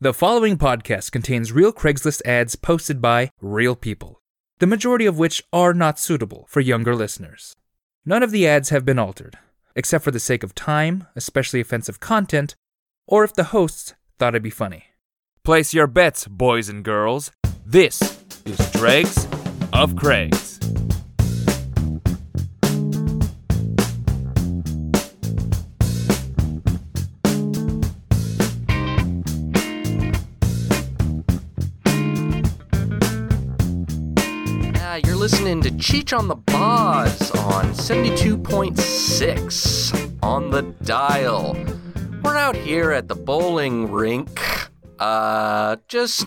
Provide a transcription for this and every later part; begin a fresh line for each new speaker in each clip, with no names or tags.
The following podcast contains real Craigslist ads posted by real people, the majority of which are not suitable for younger listeners. None of the ads have been altered, except for the sake of time, especially offensive content, or if the hosts thought it'd be funny. Place your bets, boys and girls. This is Dregs of Craigs.
Uh, you're listening to Cheech on the Boz on 72.6 on the dial. We're out here at the bowling rink. Uh, just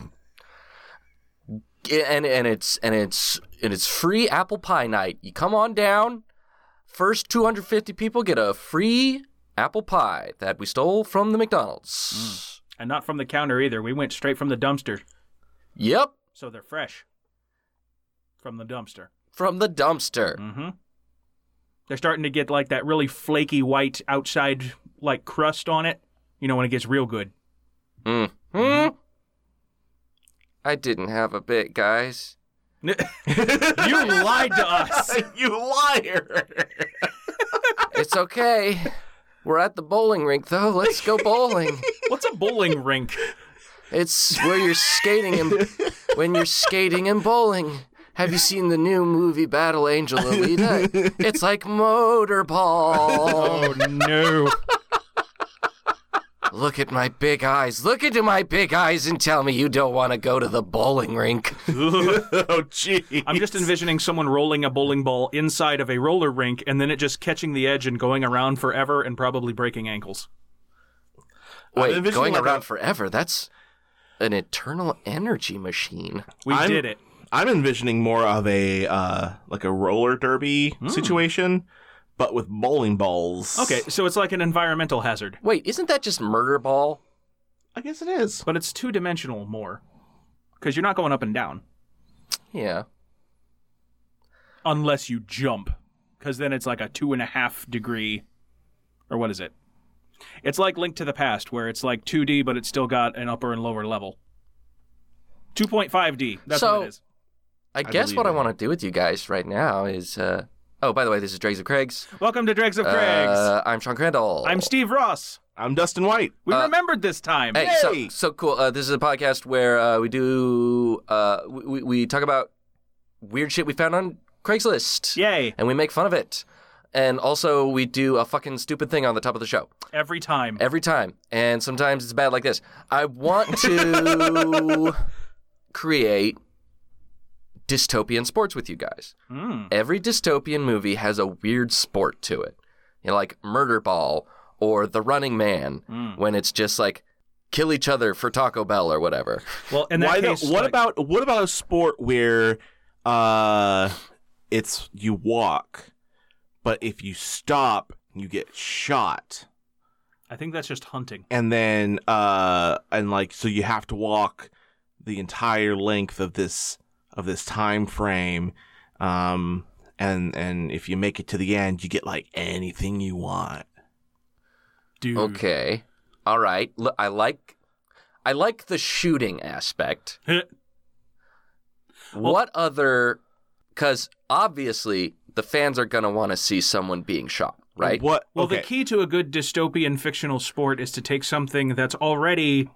and and it's and it's and it's free apple pie night. You come on down. First 250 people get a free apple pie that we stole from the McDonald's.
And not from the counter either. We went straight from the dumpster.
Yep,
So they're fresh. From the dumpster.
from the dumpster.
Mm-hmm. They're starting to get like that really flaky white outside like crust on it. You know when it gets real good.
Hmm. I didn't have a bit, guys.
you lied to us.
you liar.
It's okay. We're at the bowling rink, though. Let's go bowling.
What's a bowling rink?
It's where you're skating and when you're skating and bowling. Have you seen the new movie Battle Angel Alita? It's like motorball.
Oh no.
Look at my big eyes. Look into my big eyes and tell me you don't want to go to the bowling rink.
oh, gee.
I'm just envisioning someone rolling a bowling ball inside of a roller rink and then it just catching the edge and going around forever and probably breaking ankles.
I'm
Wait,
envisioning
going
like
around
a-
forever. That's an eternal energy machine.
We
I'm-
did it.
I'm envisioning more of a uh, like a roller derby situation, but with bowling balls.
Hmm. Okay, so it's like an environmental hazard,
Wait, isn't that just murder ball?
I guess it is.
but it's two dimensional more. Because you're not going up and down.
Yeah.
unless you jump, because then it's like a two and a half degree, or what is it? It's like Link to the Past, where it's like 2D, but it's still got an upper and lower level. 2.5D. That's
So-
what it is.
I, guess
believe
what I
it.
want to do with you guys right now is. Uh... Oh, by the way, this is Dregs of Craigs.
Welcome to Dregs of Oh, Craigs.
Uh, I'm Sean Crandall.
I'm Steve Ross.
I'm Dustin White.
We remembered this time.
Hey, so,
uh, Hey!
so cool. Uh, this is a podcast where uh, we do uh, we, we- we talk about weird shit we found on Craigslist.
Yay.
And we make fun of it. And also we do a fucking stupid thing on the top of the show
Every time.
every time. And sometimes it's bad like this. I want to create dystopian sports with you guys.
Mm.
Every dystopian movie has a weird sport to it. You know, like Murder Ball or The Running Man,
Hmm.
when it's just like kill each other for Taco Bell or whatever.
Well, in that
Why the-
case,
what
like-
about what about a sport where uh, it's you walk, but if you stop, you get shot,
I think that's just hunting.
and then uh, and like so you have to walk the entire length of this of this time frame, um, and and if you make it to the end, you get like anything you want.
Dude.
Okay. All right. L- I like I like the shooting aspect. what other cuz obviously the fans are going to want to see someone being shot, right?
What?
Well,
okay.
the key to a good dystopian fictional sport is to take something that's already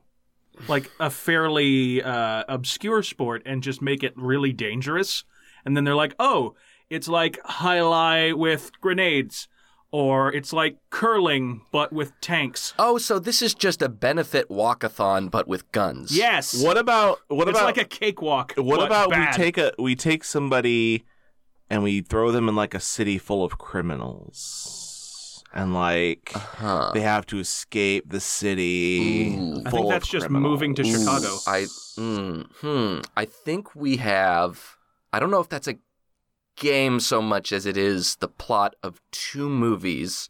like a fairly uh, obscure sport and just make it really dangerous. And then they're like, oh, it's like highlight with grenades, or it's like curling but with tanks.
Oh, so this is just a benefit walkathon but with guns.
Yes,
What about what
it's
about
like a cakewalk.
What
but
about
bad.
we take a we take somebody and we throw them in like a city full of criminals and like
Huh.
they have to escape the city.
Ooh.
I
full
think
of
that's just moving to
criminals.
Chicago.
I mm, hmm. I think we have. I don't know if that's a game so much as it is the plot of two movies.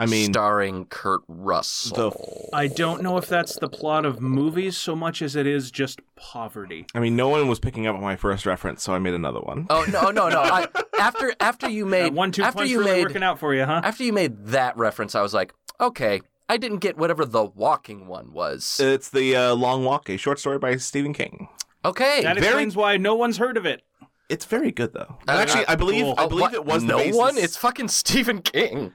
I mean,
starring Kurt Russell.
I don't know if that's the plot of movies so much as it is just poverty.
I mean, no one was picking up on my first reference, so I made another one.
Oh no no no! I, after after you made
That Uh, one two
after
punch
you
really
made
working out for you, huh?
after you made that reference, I was like, okay, I didn't get whatever the walking one was.
It's the uh, Long Walk, a short story by Stephen King.
okay.
That
very-
explains why no one's heard of it.
It's very good though.
Uh,
And actually, I believe
cool.
I
Oh,
believe
what?
it was
no
the basis.
one. It's fucking Stephen King.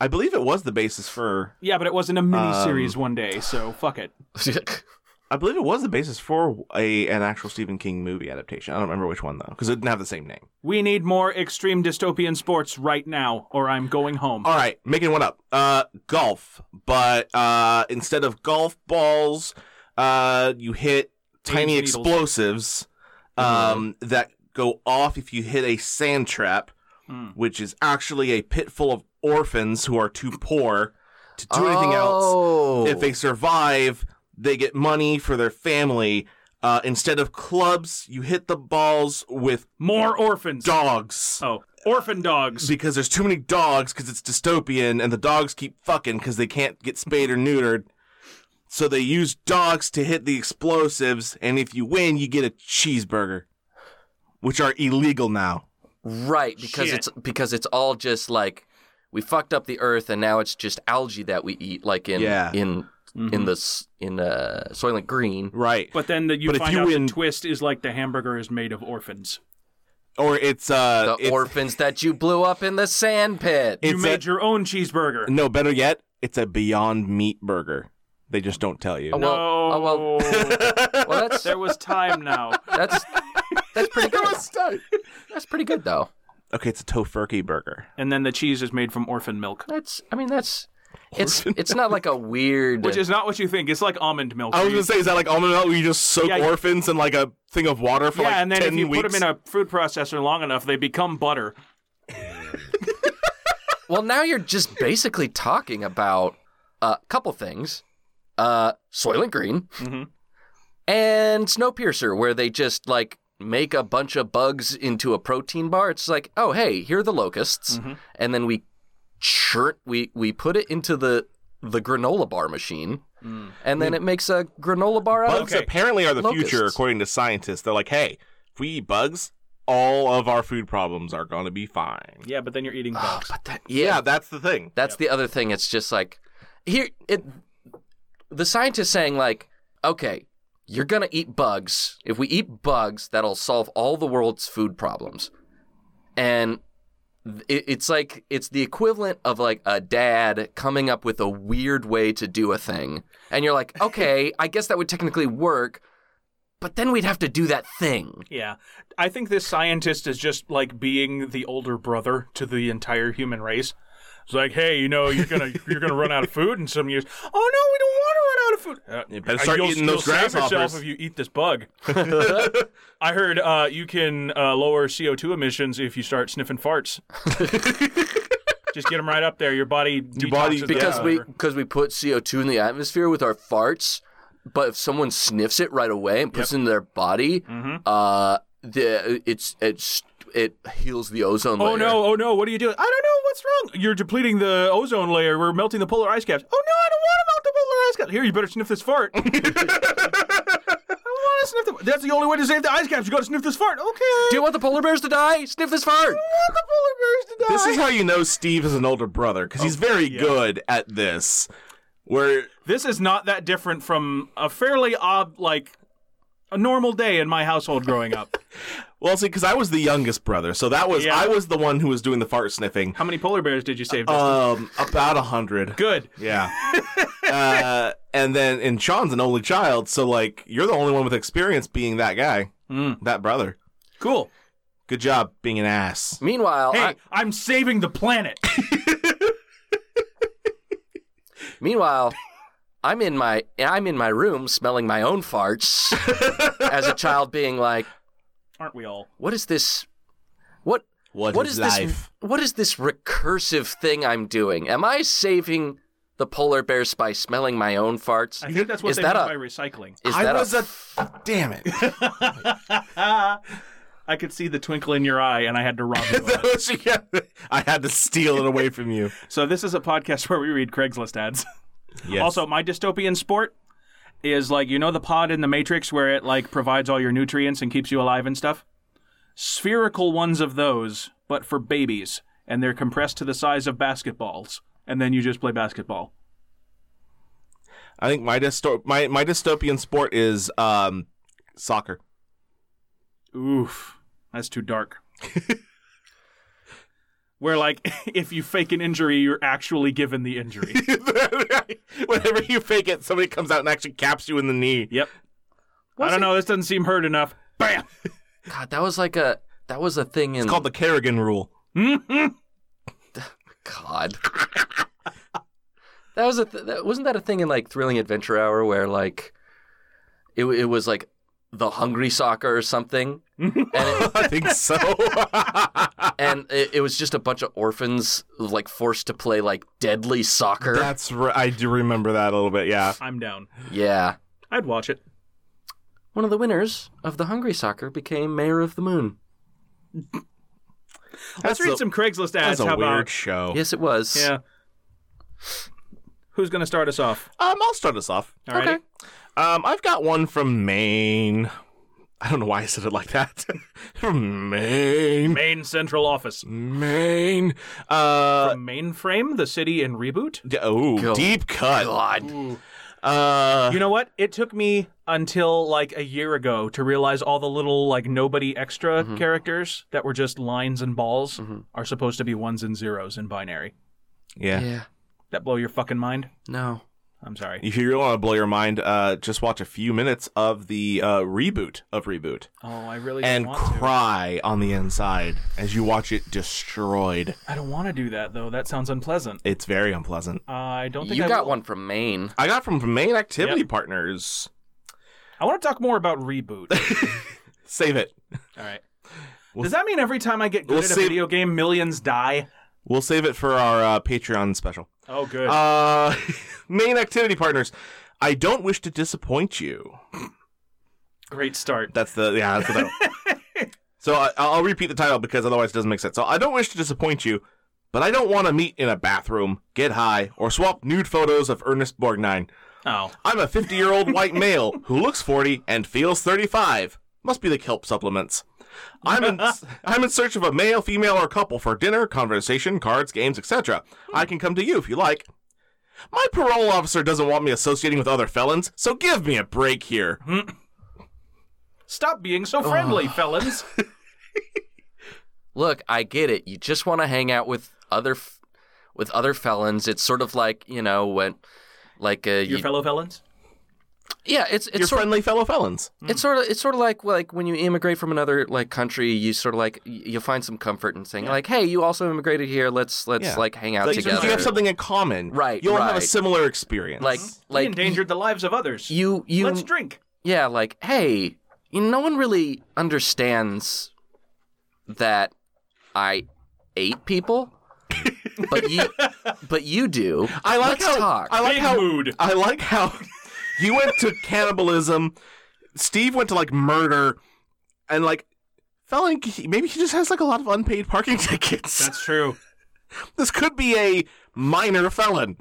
I believe it was the basis for.
Yeah, but it wasn't a miniseries
Um,
series one day, so fuck it.
I believe it was the basis for a an actual Stephen King movie adaptation. I don't remember which one though, because it didn't have the same name.
We need more extreme dystopian sports right now, or I'm going home.
All right, making one up. Uh, golf, but uh, instead of golf balls, uh, you hit tiny
Pins, needles. Mm-hmm.
explosives um, that go off if you hit a sand trap,
Mm.
which is actually a pit full of orphans who are too poor to do anything else.
Oh.
If they survive, they get money for their family. Uh, instead of clubs, you hit the balls with
More orphans.
dogs
Oh, orphan dogs.
because there's too many dogs because it's dystopian and the dogs keep fucking because they can't get spayed or neutered. So they use dogs to hit the explosives, and if you win, you get a cheeseburger, which are illegal now.
Oh, Right, because
Shit.
it's because it's all just like we fucked up the earth, and now it's just algae that we eat, like in
Yeah.
in in the s- in uh, Soylent Green.
Right.
But then the, you
But if
find
you
out
win-
the twist is like the hamburger is made of orphans.
Or it's uh
The
it's,
orphans that you blew up in the sand pit.
It's
you
a-
made your own cheeseburger.
no, better yet, it's a beyond meat burger. They just don't tell you.
Oh, well, oh, well. well, that's
there was time now.
that's that's pretty good. That's pretty good though.
okay, it's a tofurkey burger.
And then the cheese is made from orphan milk,
That's I mean that's it's it's not like a weird.
which is not what you think. It's like almond milk.
I was
You-
gonna say, is that like almond milk? Where you just soak
Yeah, you-
orphans in like a thing of water for
yeah,
like
and then if
ten
you
weeks?
put them in a food processor long enough, they become butter.
well, now you're just basically talking about a couple things: uh, Soylent Green
Mhm.
and Snowpiercer, where they just like make a bunch of bugs into a protein bar. It's like, oh hey, here are the locusts, and then we churn, we we put it into the the granola bar machine, and then it makes a granola bar out of
Mm. Bugs
Okay.
apparently are the future,
Locusts.
according to scientists. They're like, hey, if we eat bugs, all of our food problems are going to be fine.
Yeah, but then you're eating
Oh,
bugs.
but that,
Yeah,
yeah,
that's the thing.
That's the other thing. It's just like here it the scientist saying like, okay, you're gonna eat bugs. If we eat bugs, that'll solve all the world's food problems. And it, it's like it's the equivalent of like a dad coming up with a weird way to do a thing, and you're like, okay, I guess that would technically work, but then we'd have to do that thing.
Yeah. I think this scientist is just like being the older brother to the entire human race. It's like, hey, you know, you're gonna you're gonna run out of food in some years. Oh no, we don't want to run out of food. Uh,
You better start
you'll-
eating those
you'll save yourself
grasshoppers.
if you eat this bug. I heard uh, you can uh, lower CO2 emissions if you start sniffing farts. just get them right up there. Your body
Your body-
detoxes
Because
them
we
forever.
because we put CO two in the atmosphere with our farts, but if someone sniffs it right away and puts it in their body,
Mm-hmm.
uh, the it's it's it heals the ozone layer.
Oh no! Oh no! What are you doing? I don't know. What's wrong? You're depleting the ozone layer. We're melting the polar ice caps. Oh no! I don't want to melt the polar ice caps. Here, you better sniff this fart. I don't want to sniff the. That's the only way to save the ice caps. You got to sniff this fart. Okay.
Do you want the polar bears to die? Sniff this fart.
want the polar bears
This
to die?
is how you know Steve is an older brother, because
Oh,
he's very good at this. Where
This is not that different from a fairly odd, like a normal day in my household growing up.
well, see, because I was the youngest brother, so that was
Yeah.
I was the one who was doing the fart sniffing.
how many polar bears did you save?
Uh,
Dustin?
Um, about a hundred.
Good.
Yeah. uh, and then, and Sean's an only child, so like you're the only one with experience being that guy,
Mm.
that brother.
Cool.
Good job being an ass.
Meanwhile,
Hey,
I,
I'm saving the planet.
meanwhile, I'm in my I'm in my room smelling my own farts as a child, being like,
Aren't we all?
"What is this? What what is this? What is this recursive thing I'm doing? Am I saving the polar bears by smelling my own farts?
I think that's what
Is
they
that
mean
a-
by recycling.
Is
I
that
was
a,
a, damn it.
I could see the twinkle in your eye, and I had to rob you. of it.
I had to steal it away from you.
so this is a podcast where we read Craigslist ads.
Yes.
Also, my dystopian sport is like you know the pod in the Matrix where it like provides all your nutrients and keeps you alive and stuff. Spherical ones of those, but for babies, and they're compressed to the size of basketballs, and then you just play basketball.
I think my dysto- my my dystopian sport is um soccer.
Oof, that's too dark. Where like if you fake an injury, you're actually given the injury.
Whenever you fake it, somebody comes out and actually caps you in the knee.
yep. I don't know. This doesn't seem hurt enough. Bam.
God, that was like a that was a thing in
It's called the Kerrigan rule.
God. that was a th- that, wasn't that a thing in like Thrilling Adventure Hour where like it w- it was like the hungry soccer or something, and it,
I think so.
and it, it was just a bunch of orphans like forced to play like deadly soccer.
That's right. I do remember that a little bit. Yeah.
I'm down.
yeah.
I'd watch it.
One of the winners of the Hungry Soccer became Mayor of the Moon.
Let's
That's
read
a-
some Craigslist ads.
That's a
How
weird
about
show.
Yes, it was.
yeah? Who's gonna start us off?
Um, I'll start us off.
All right.
Um, I've got one from Maine. I don't know why I said it like that. from Maine.
Main Central Office.
Maine. Uh,
From mainframe, the city in reboot.
d- oh,
Go-
deep cut.
God.
Uh,
You know what? It took me until like a year ago to realize all the little like nobody extra
Mm-hmm.
characters that were just lines and balls are supposed to be ones and zeros in binary.
yeah.
Yeah.
That blow your fucking mind?
No.
I'm sorry.
If you really want to blow your mind, uh, just watch a few minutes of the uh, reboot of Reboot
Oh, I really
and
don't want
cry on the inside as you watch it destroyed.
to. I don't want to do that though. That sounds unpleasant. Uh,
It's very unpleasant.
I don't think
You
I
got
will.
one from Maine.
I got from Maine Activity
Yep.
Partners.
I want to talk more about reboot.
Save it.
all right. Does that mean every time I get good
we'll
at a
see-
video game, millions die?
We'll save it for our uh, Patreon special.
Oh, good.
Uh, main activity partners. I don't wish to disappoint you.
Great start.
That's the yeah. That's the title. so I, I'll repeat the title because otherwise it doesn't make sense. So I don't wish to disappoint you, but I don't want to meet in a bathroom, get high, or swap nude photos of Ernest Borgnine.
Oh,
I'm a 50 year old white male who looks 40 and feels 35. Must be the kelp supplements. I'm in, I'm in search of a male, female, or couple for dinner, conversation, cards, games, etc. I can come to you if you like. My parole officer doesn't want me associating with other felons, so give me a break here.
stop being so friendly, felons.
Look, I get it. You just want to hang out with other f- with other felons. It's sort of like, you know, when like uh, you-
Your fellow felons.
Yeah, it's it's
Your
sort,
friendly fellow felons.
it's sort of it's sort of like like when you immigrate from another like country, you sort of like y- you find some comfort in saying like, "Hey, you also immigrated here. Let's let's
Yeah.
like hang out
Like,
together."
You have something in common.
Right,
You'll have a
right.
similar experience.
like
he
like
Hmm? endangered the lives of others.
you you
Let's drink.
yeah, like, hey, you know, no one really understands that I ate people, but you, but you do.
I like
Let's
how
talk.
I like
Big
how
mood.
I like how you went to cannibalism. Steve went to like murder, and like Felon. he- Maybe he just has like a lot of unpaid parking tickets.
That's true.
this could be a minor felon.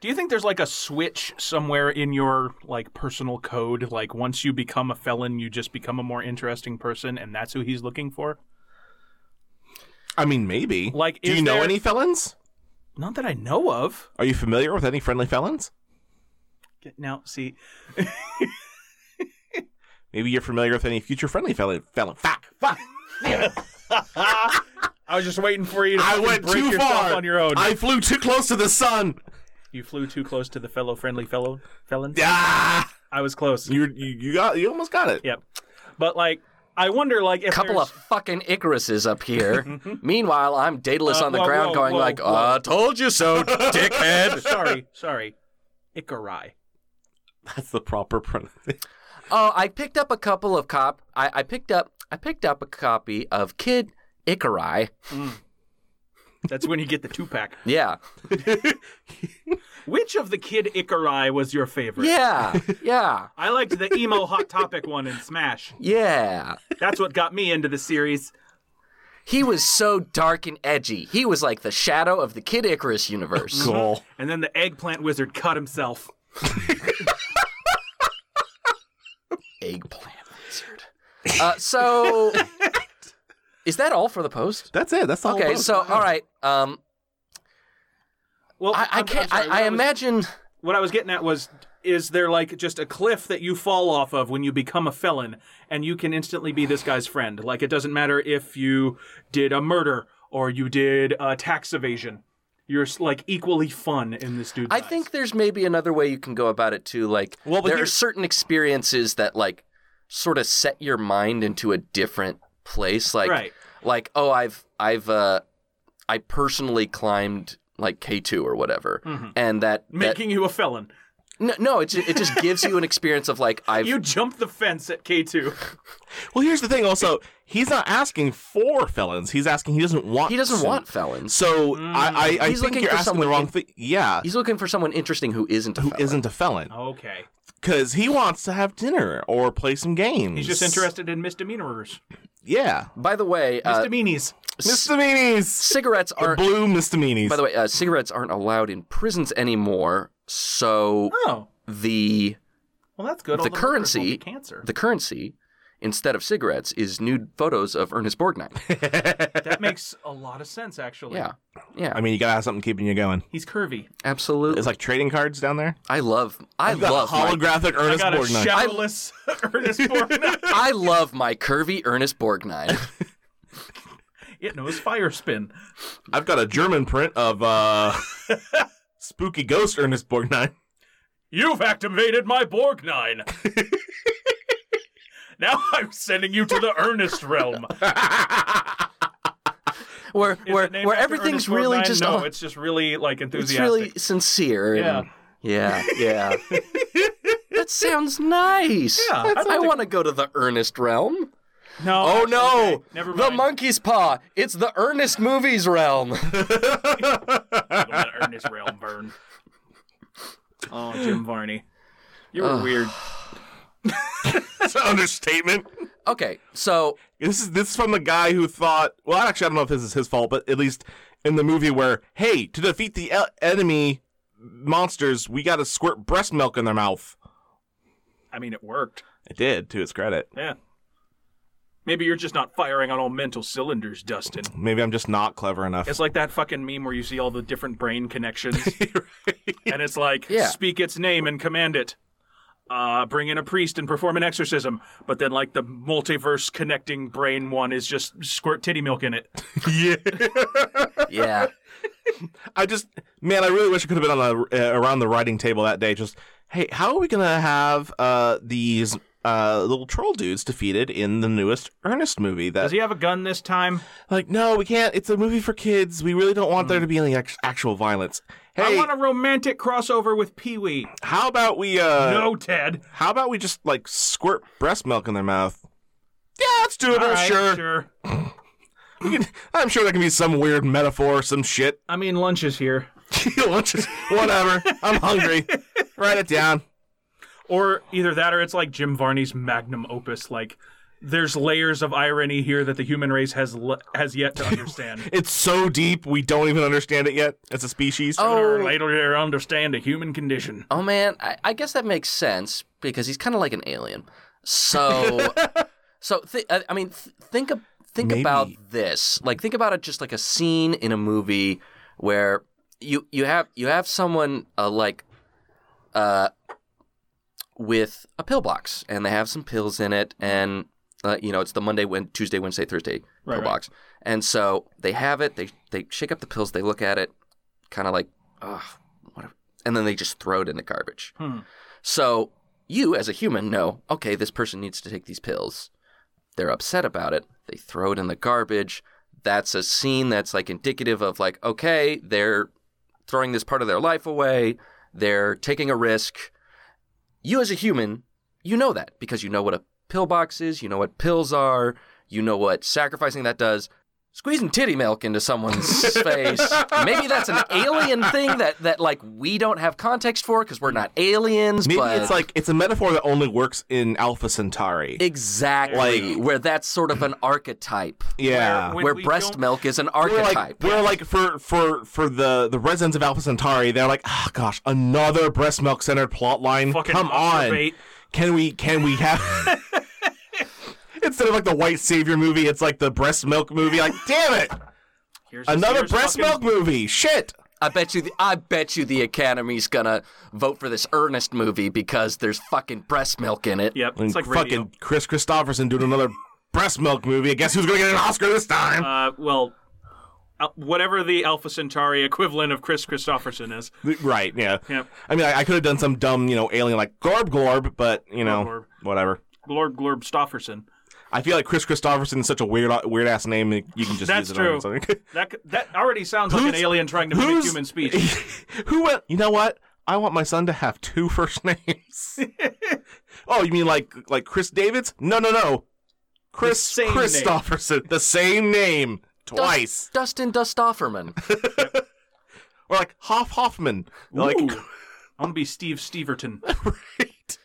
Do you think there's like a switch somewhere in your like personal code? Like once you become a felon, you just become a more interesting person, and that's who he's looking for.
I mean, maybe.
Like,
do
is
you know
there-
any felons?
Not that I know of.
Are you familiar with any friendly felons?
Now, see,
Maybe you're familiar with any future friendly felon. Felon. Fuck. Fuck.
I was just waiting for you. to
I
fucking
went
break
too
yourself
far
on your own.
I flew too close to the sun.
You flew too close to the fellow friendly fellow felon.
Ah,
I was close.
you you you got you almost got it.
Yep. But like, I wonder like if
Couple
there's-
of fucking Icaruses up here. Meanwhile, I'm Daedalus
Uh,
on the
whoa,
ground,
whoa,
going
whoa,
like,
whoa.
"I told you so, dickhead."
sorry, sorry, Icarai.
That's the proper pronunciation.
Oh, I picked up a couple of cop. I, I picked up. I picked up a copy of Kid Icarai.
That's when you get the two pack.
Yeah,
Which of the Kid Icarai was your favorite?
yeah, yeah,
I liked the emo Hot Topic one in Smash.
yeah.
That's what got me into the series.
He was so dark and edgy. He was like the shadow of the Kid Icarus universe.
Cool.
And then the eggplant wizard cut himself.
Eggplant lizard. Uh, so, is that all for the post?
That's it. That's the whole
Okay,
book.
so all right. Um,
Well,
I, I
I'm- I'm
can't.
sorry,
I, I
what was-
imagine
what I was getting at was is there like just a cliff that you fall off of when you become a felon and you can instantly be this guy's friend? Like it doesn't matter if you did a murder or you did a tax evasion. You're like equally fun in this dude's
I
eyes.
think there's maybe another way you can go about it too. Like,
Well, but
there are
here's-
certain experiences that like sort of set your mind into a different place. Like,
Right.
like oh, I've I've uh, I personally climbed like K two or whatever,
Mm-hmm.
and that that-
making you a felon.
no, no, it ju- it just gives you an experience of like I've
You jumped the fence at K two.
Well, here's the thing. Also, he's not asking for felons. He's asking he doesn't want.
he doesn't
to.
want felons.
So I, I, I
He's
think
looking
you're
for
asking the
someone
wrong
in-
thing. Yeah,
He's looking for someone interesting who isn't a
who
felon.
isn't a felon
Okay,
because he wants to have dinner or play some games.
he's just interested in misdemeanors.
Yeah,
By the way, uh,
Misdemeanors.
misdemeanors.
cigarettes
The
aren't.
blue misdemeanors.
By the way, uh, cigarettes aren't allowed in prisons anymore. So
oh,
the
well that's good.
The
All murders won't
currency-
be cancer.
the currency instead of cigarettes is nude photos of Ernest Borgnine.
that makes a lot of sense actually.
yeah. Yeah.
I mean, you gotta have something keeping you going.
he's curvy.
absolutely.
It's like trading cards down there.
I love I
You've got
love my,
holographic
I
Ernest
got a
Borgnine.
shadowless Ernest Borgnine.
I love my curvy Ernest Borgnine.
it knows fire spin.
I've got a German print of uh, spooky ghost Ernest Borgnine.
You've activated my Borgnine. now I'm sending you to the Ernest realm.
where
Is
where
it named
where
after
everything's
Ernest
really
Borgnine?
just
no.
oh,
it's just really like
it's
enthusiastic.
really sincere and yeah, yeah. that sounds nice.
Yeah, I
That's-
don't
I,
think-
want to go to the Ernest realm.
No.
Oh
that's
no.
okay. Never
the
mind.
monkey's paw. It's the Ernest movies realm.
Go to the Ernest realm, Vern. Oh, Jim Varney. You were weird.
That's an understatement.
okay. So
This is this is from the guy who thought. Well, actually, I don't know if this is his fault, but at least in the movie where, hey, to defeat the e- enemy monsters, we got to squirt breast milk in their mouth.
I mean, it worked.
It did, to its credit.
Yeah. Maybe you're just not firing on all mental cylinders, Dustin.
Maybe I'm just not clever enough.
It's like that fucking meme where you see all the different brain connections, and it's like,
Yeah.
speak its name and command it. Uh, bring in a priest and perform an exorcism, but then like the multiverse connecting brain one is just squirt titty milk in it.
yeah,
yeah.
I just, man, I really wish I could have been on the uh, around the writing table that day. Just, hey, how are we gonna have uh these uh little troll dudes defeated in the newest Ernest movie? That
Does he have a gun this time?
like, no, we can't. It's a movie for kids. We really don't want there to be any act- actual violence.
Mm. I
Hey,
want a romantic crossover with Pee Wee.
how about we uh
no, Ted.
How about we just like squirt breast milk in their mouth? Yeah, that's
All
doable.
right,
sure, We can- I'm sure there can be some weird metaphor, some shit.
I mean, lunch is here.
Lunch is- Whatever. I'm hungry. Write it down.
Or either that, or it's like Jim Varney's magnum opus. Like, there's layers of irony here that the human race has le- has yet to understand.
It's so deep we don't even understand it yet as a species.
Sooner or
Oh.
later, they understand the human condition.
Oh man, I, I guess that makes sense because he's kind of like an alien. So, so th- I I mean, th- think of, think
Maybe.
about this. Like, think about it just like a scene in a movie where you you have you have someone uh, like uh with a pillbox and they have some pills in it and uh, you know it's the Monday, Wed- Tuesday, Wednesday, Thursday
Right,
pillbox and so they have it they they shake up the pills they look at it kind of like ugh what a-" and then they just throw it in the garbage
Hmm.
so you as a human know okay this person needs to take these pills they're upset about it they throw it in the garbage that's a scene that's like indicative of like okay they're throwing this part of their life away they're taking a risk you as a human you know that because you know what a pillbox is you know what pills are you know what sacrificing that does squeezing titty milk into someone's face maybe that's an alien thing that that like we don't have context for because we're not aliens
Maybe
but
it's like it's a metaphor that only works in Alpha Centauri.
exactly
Like-
where that's sort of an archetype
yeah.
Where-
where
we
breast
don't-
milk is an
we're
archetype
like, we're like for for for the the residents of Alpha Centauri, they're like, ah, gosh, another breast milk centered plot line.
Fucking
Come on,
masturbate.
can we can we have instead of like the white savior movie, it's like the breast milk movie. Like, damn it,
Here's
another
here's
breast
fucking-
milk movie. Shit.
I bet you. The, I bet you the Academy's gonna vote for this Ernest movie because there's fucking breast milk in it.
Yep,
And
it's like
fucking
radio.
Chris Christopherson doing another breast milk movie. Guess who's gonna get an Oscar this time?
Uh, well, uh, whatever the Alpha Centauri equivalent of Chris Christopherson is.
right? Yeah.
Yep.
I mean, I, I could have done some dumb, you know, alien like Glorb Glorb, but you know,
Glorb.
whatever.
Glorb Glorb Stofferson.
I feel like Chris Christopherson is such a weird, weird ass name. that You can just
That's
use it
true.
on something.
That c- that already sounds like an
Who's-
alien trying to mimic
Who's
human speech.
who went? You know what? I want my son to have two first names. oh, you mean like like Chris Davids? No, no, no. Chris
same name.
Christopherson, the same name twice,
Dustin Dustofferman.
or like Hoff Hoffman. Like,
Ooh. I want to be Steve Steverton.
right?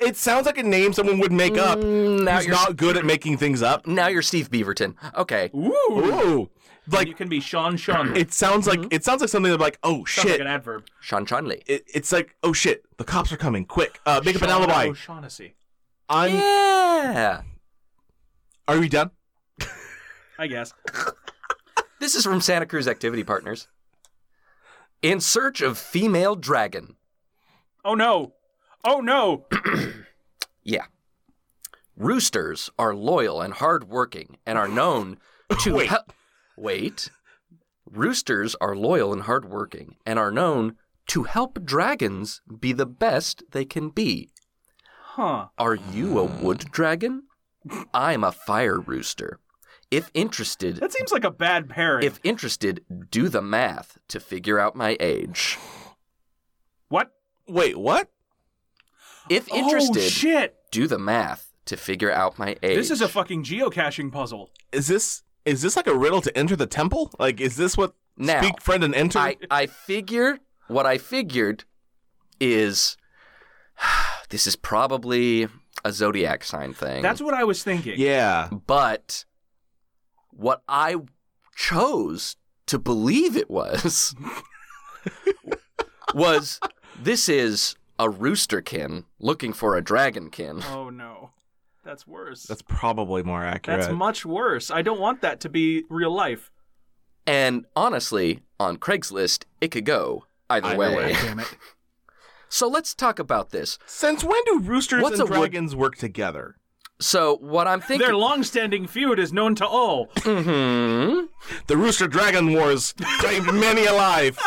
It sounds like a name someone would make up.
Mm, now
He's
you're-
not good at making things up.
now you're Steve Beaverton. Okay.
Ooh,
Ooh,
you
like
can be Sean Sean.
it sounds like it sounds like something that like oh
Sounds like
shit.
an adverb.
Sean Chunley.
It, it's like oh shit, the cops are coming quick. Uh, make up an
Sean
alibi.
O'Shaughnessy.
I'm.
Yeah.
Are we done?
I guess.
This is from Santa Cruz Activity Partners. In search of female dragon.
Oh no. Oh no.
Yeah. Roosters are loyal and hardworking and are known to
Wait.
hel- Wait. Roosters are loyal and hardworking and are known to help dragons be the best they can be.
Huh.
Are you a wood dragon? I'm a fire rooster. If interested,
That seems like a bad pairing.
if interested, do the math to figure out my age.
what?
Wait, what?
If interested,
Oh shit.
do the math to figure out my age.
This is a fucking geocaching puzzle.
is this is this like a riddle to enter the temple? Like, is this what
Now,
speak friend and enter?
I, I figured what I figured is this is probably a zodiac sign thing.
That's what I was thinking.
yeah,
but what I chose to believe it was was this is a roosterkin looking for a dragonkin.
Oh no. That's worse.
that's probably more accurate.
That's much worse. I don't want that to be real life.
And honestly, on Craigslist, it could go either,
Either
way.
way.
Damn it.
So let's talk about this.
Since when do roosters
What's
and
a wood-
dragons work together?
So what I'm thinking
Their long-standing feud is known to all.
Mhm.
The rooster dragon wars claimed many alive.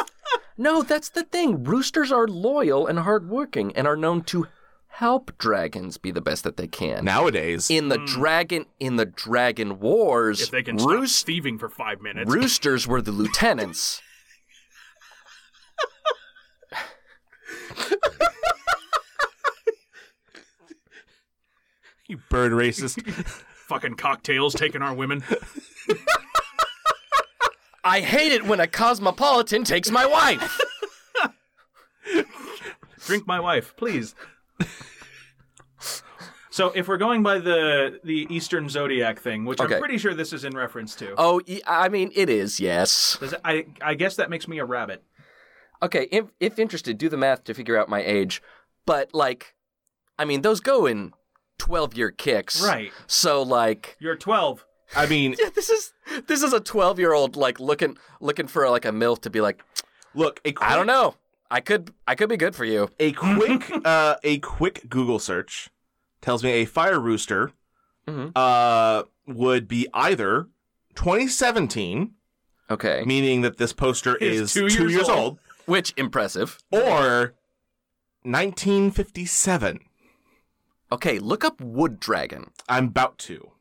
No, that's the thing. Roosters are loyal and hardworking and are known to help dragons be the best that they can.
Nowadays,
in the dragon in the dragon wars,
Hmm. If they can stop
roos-
thieving for five minutes.
roosters were the lieutenants.
you bird racist.
Fucking cocktails taking our women.
I hate it when a cosmopolitan takes my wife.
Drink my wife, please. so if we're going by the the Eastern Zodiac thing, which
Okay.
I'm pretty sure this is in reference to,
oh, y- I mean it is, yes.
does it- I I guess that makes me a rabbit.
Okay, if if interested, do the math to figure out my age. But like I mean those go in 12-year kicks.
Right.
So like
You're 12.
I mean,
Yeah, this is this is a twelve year old like looking looking for like a milf to be like,
look, a quick,
I don't know. I could I could be good for you.
a quick uh, a quick Google search tells me a fire rooster
Mhm.
uh, would be either 2017,
Okay.
meaning that this poster
Is
is,
two years old.
old
Which impressive.
or 1957.
Okay, look up wood dragon.
I'm about to.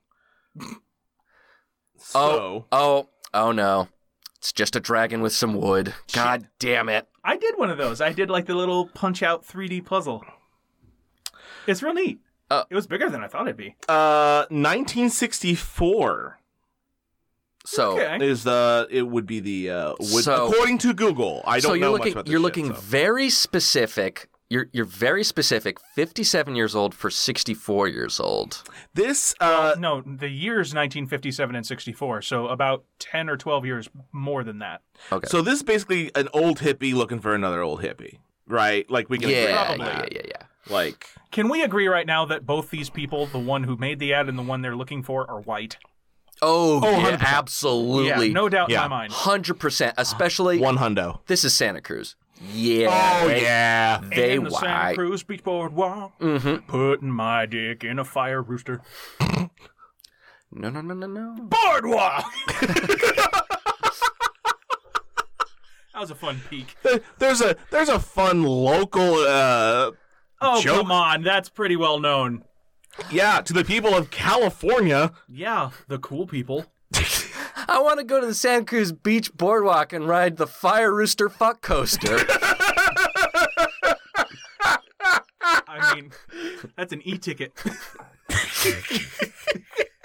So,
Oh, oh no. It's just a dragon with some wood. God damn it.
I did one of those. I did like the little punch out 3D puzzle. It's real neat.
Uh,
it was bigger than I thought it'd be.
uh, 1964
So
Okay.
is the it would be the uh, would,
So-
according to Google. I don't
so you're
know
looking
much about this
you're
shit,
looking
so.
very specific. You're you're very specific. Fifty seven years old for sixty four years old.
This uh,
No, the year's 1957 and 64, so about 10 or 12 years more than that.
Okay.
so this is basically an old hippie looking for another old hippie, right? Like we can agree
yeah, yeah,
on
yeah,
that.
yeah, yeah.
Like
Can we agree right now that both these people, the one who made the ad and the one they're looking for, are white?
Oh, yeah, absolutely.
Yeah, no doubt
Yeah.
in my mind.
100%. Especially,
One hundo.
this is Santa Cruz. Yeah.
Oh,
they-
yeah.
They Mm-hmm.
in the Santa
why.
Cruz Beach Boardwalk, putting my dick in a fire rooster.
No, no, no, no, no.
Boardwalk. that was a fun peek.
There's a there's a fun local uh
Oh
Joke.
come on, that's pretty well known.
yeah, to the people of California.
Yeah, the cool people.
I want to go to the Santa Cruz Beach Boardwalk and ride the Fire Rooster Fuck Coaster.
I mean, that's an e-ticket.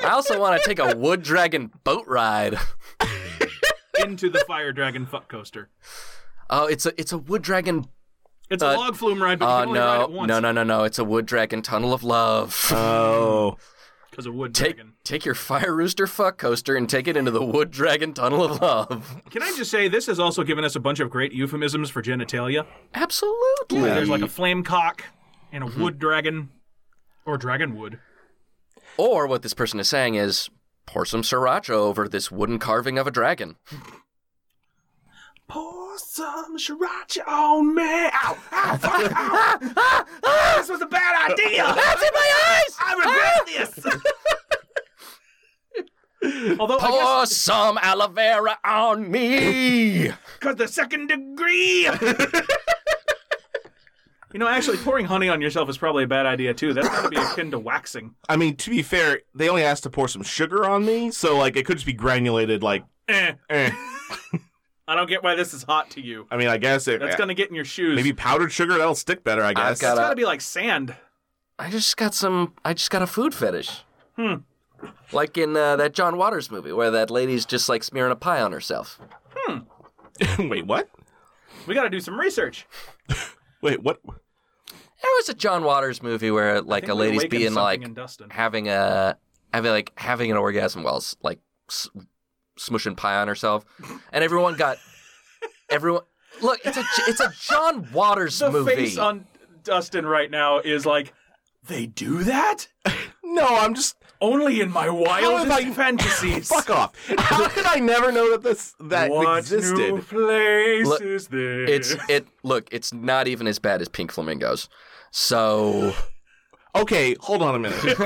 I also want to take a wood dragon boat ride.
into the fire dragon fuck coaster.
Oh, it's a it's a wood dragon.
It's a
Uh,
log flume ride, but you
Oh
can only ride it
no,
once.
no, no, no, no! It's a wood dragon tunnel of love.
Oh.
Because of wood
take
dragon.
take your fire rooster fuck coaster and take it into the wood dragon tunnel of love.
Can I just say this has also given us a bunch of great euphemisms for genitalia?
Absolutely.
There's like a
Mm-hmm.
flame cock and a wood dragon, or dragon wood.
Or what this person is saying is, pour some sriracha over this wooden carving of a dragon.
Pour some sriracha on me. Ow, ow, fuck, ow. Ah, this was a bad idea. That's in my eyes. I regret this. Although I guess
Pour some aloe vera on me.
because the second degree. you know, actually, pouring honey on yourself is probably a bad idea too. That's got to be akin to waxing.
I mean, to be fair, they only asked to pour some sugar on me, so like it could just be granulated like
Eh,
eh.
I don't get why this is hot to you.
I mean, I guess it eh.
That's gonna get in your shoes.
maybe powdered sugar that'll stick better, I guess.
it's
got
gotta be like sand.
I just got some. I just got a food fetish. Hmm. Like in uh, that John Waters movie where that lady's just like smearing a pie on herself.
Wait, what?
We gotta do some research.
Wait, what?
There was a John Waters movie where like
think
a
we
lady's
awakened
being
something
like
in Dustin.
having a having like having an orgasm while s- like s- smushing pie on herself, and everyone got everyone. Look, it's a it's a John Waters
The
movie.
face on Dustin right now is like, they do that
No, I'm just
only in my wildest
I-
fantasies.
fuck off. How did I never know that this that
what
existed?
new place
Look,
is this?
it's it. Look, it's not even as bad as Pink Flamingos. So
Okay, hold on a minute.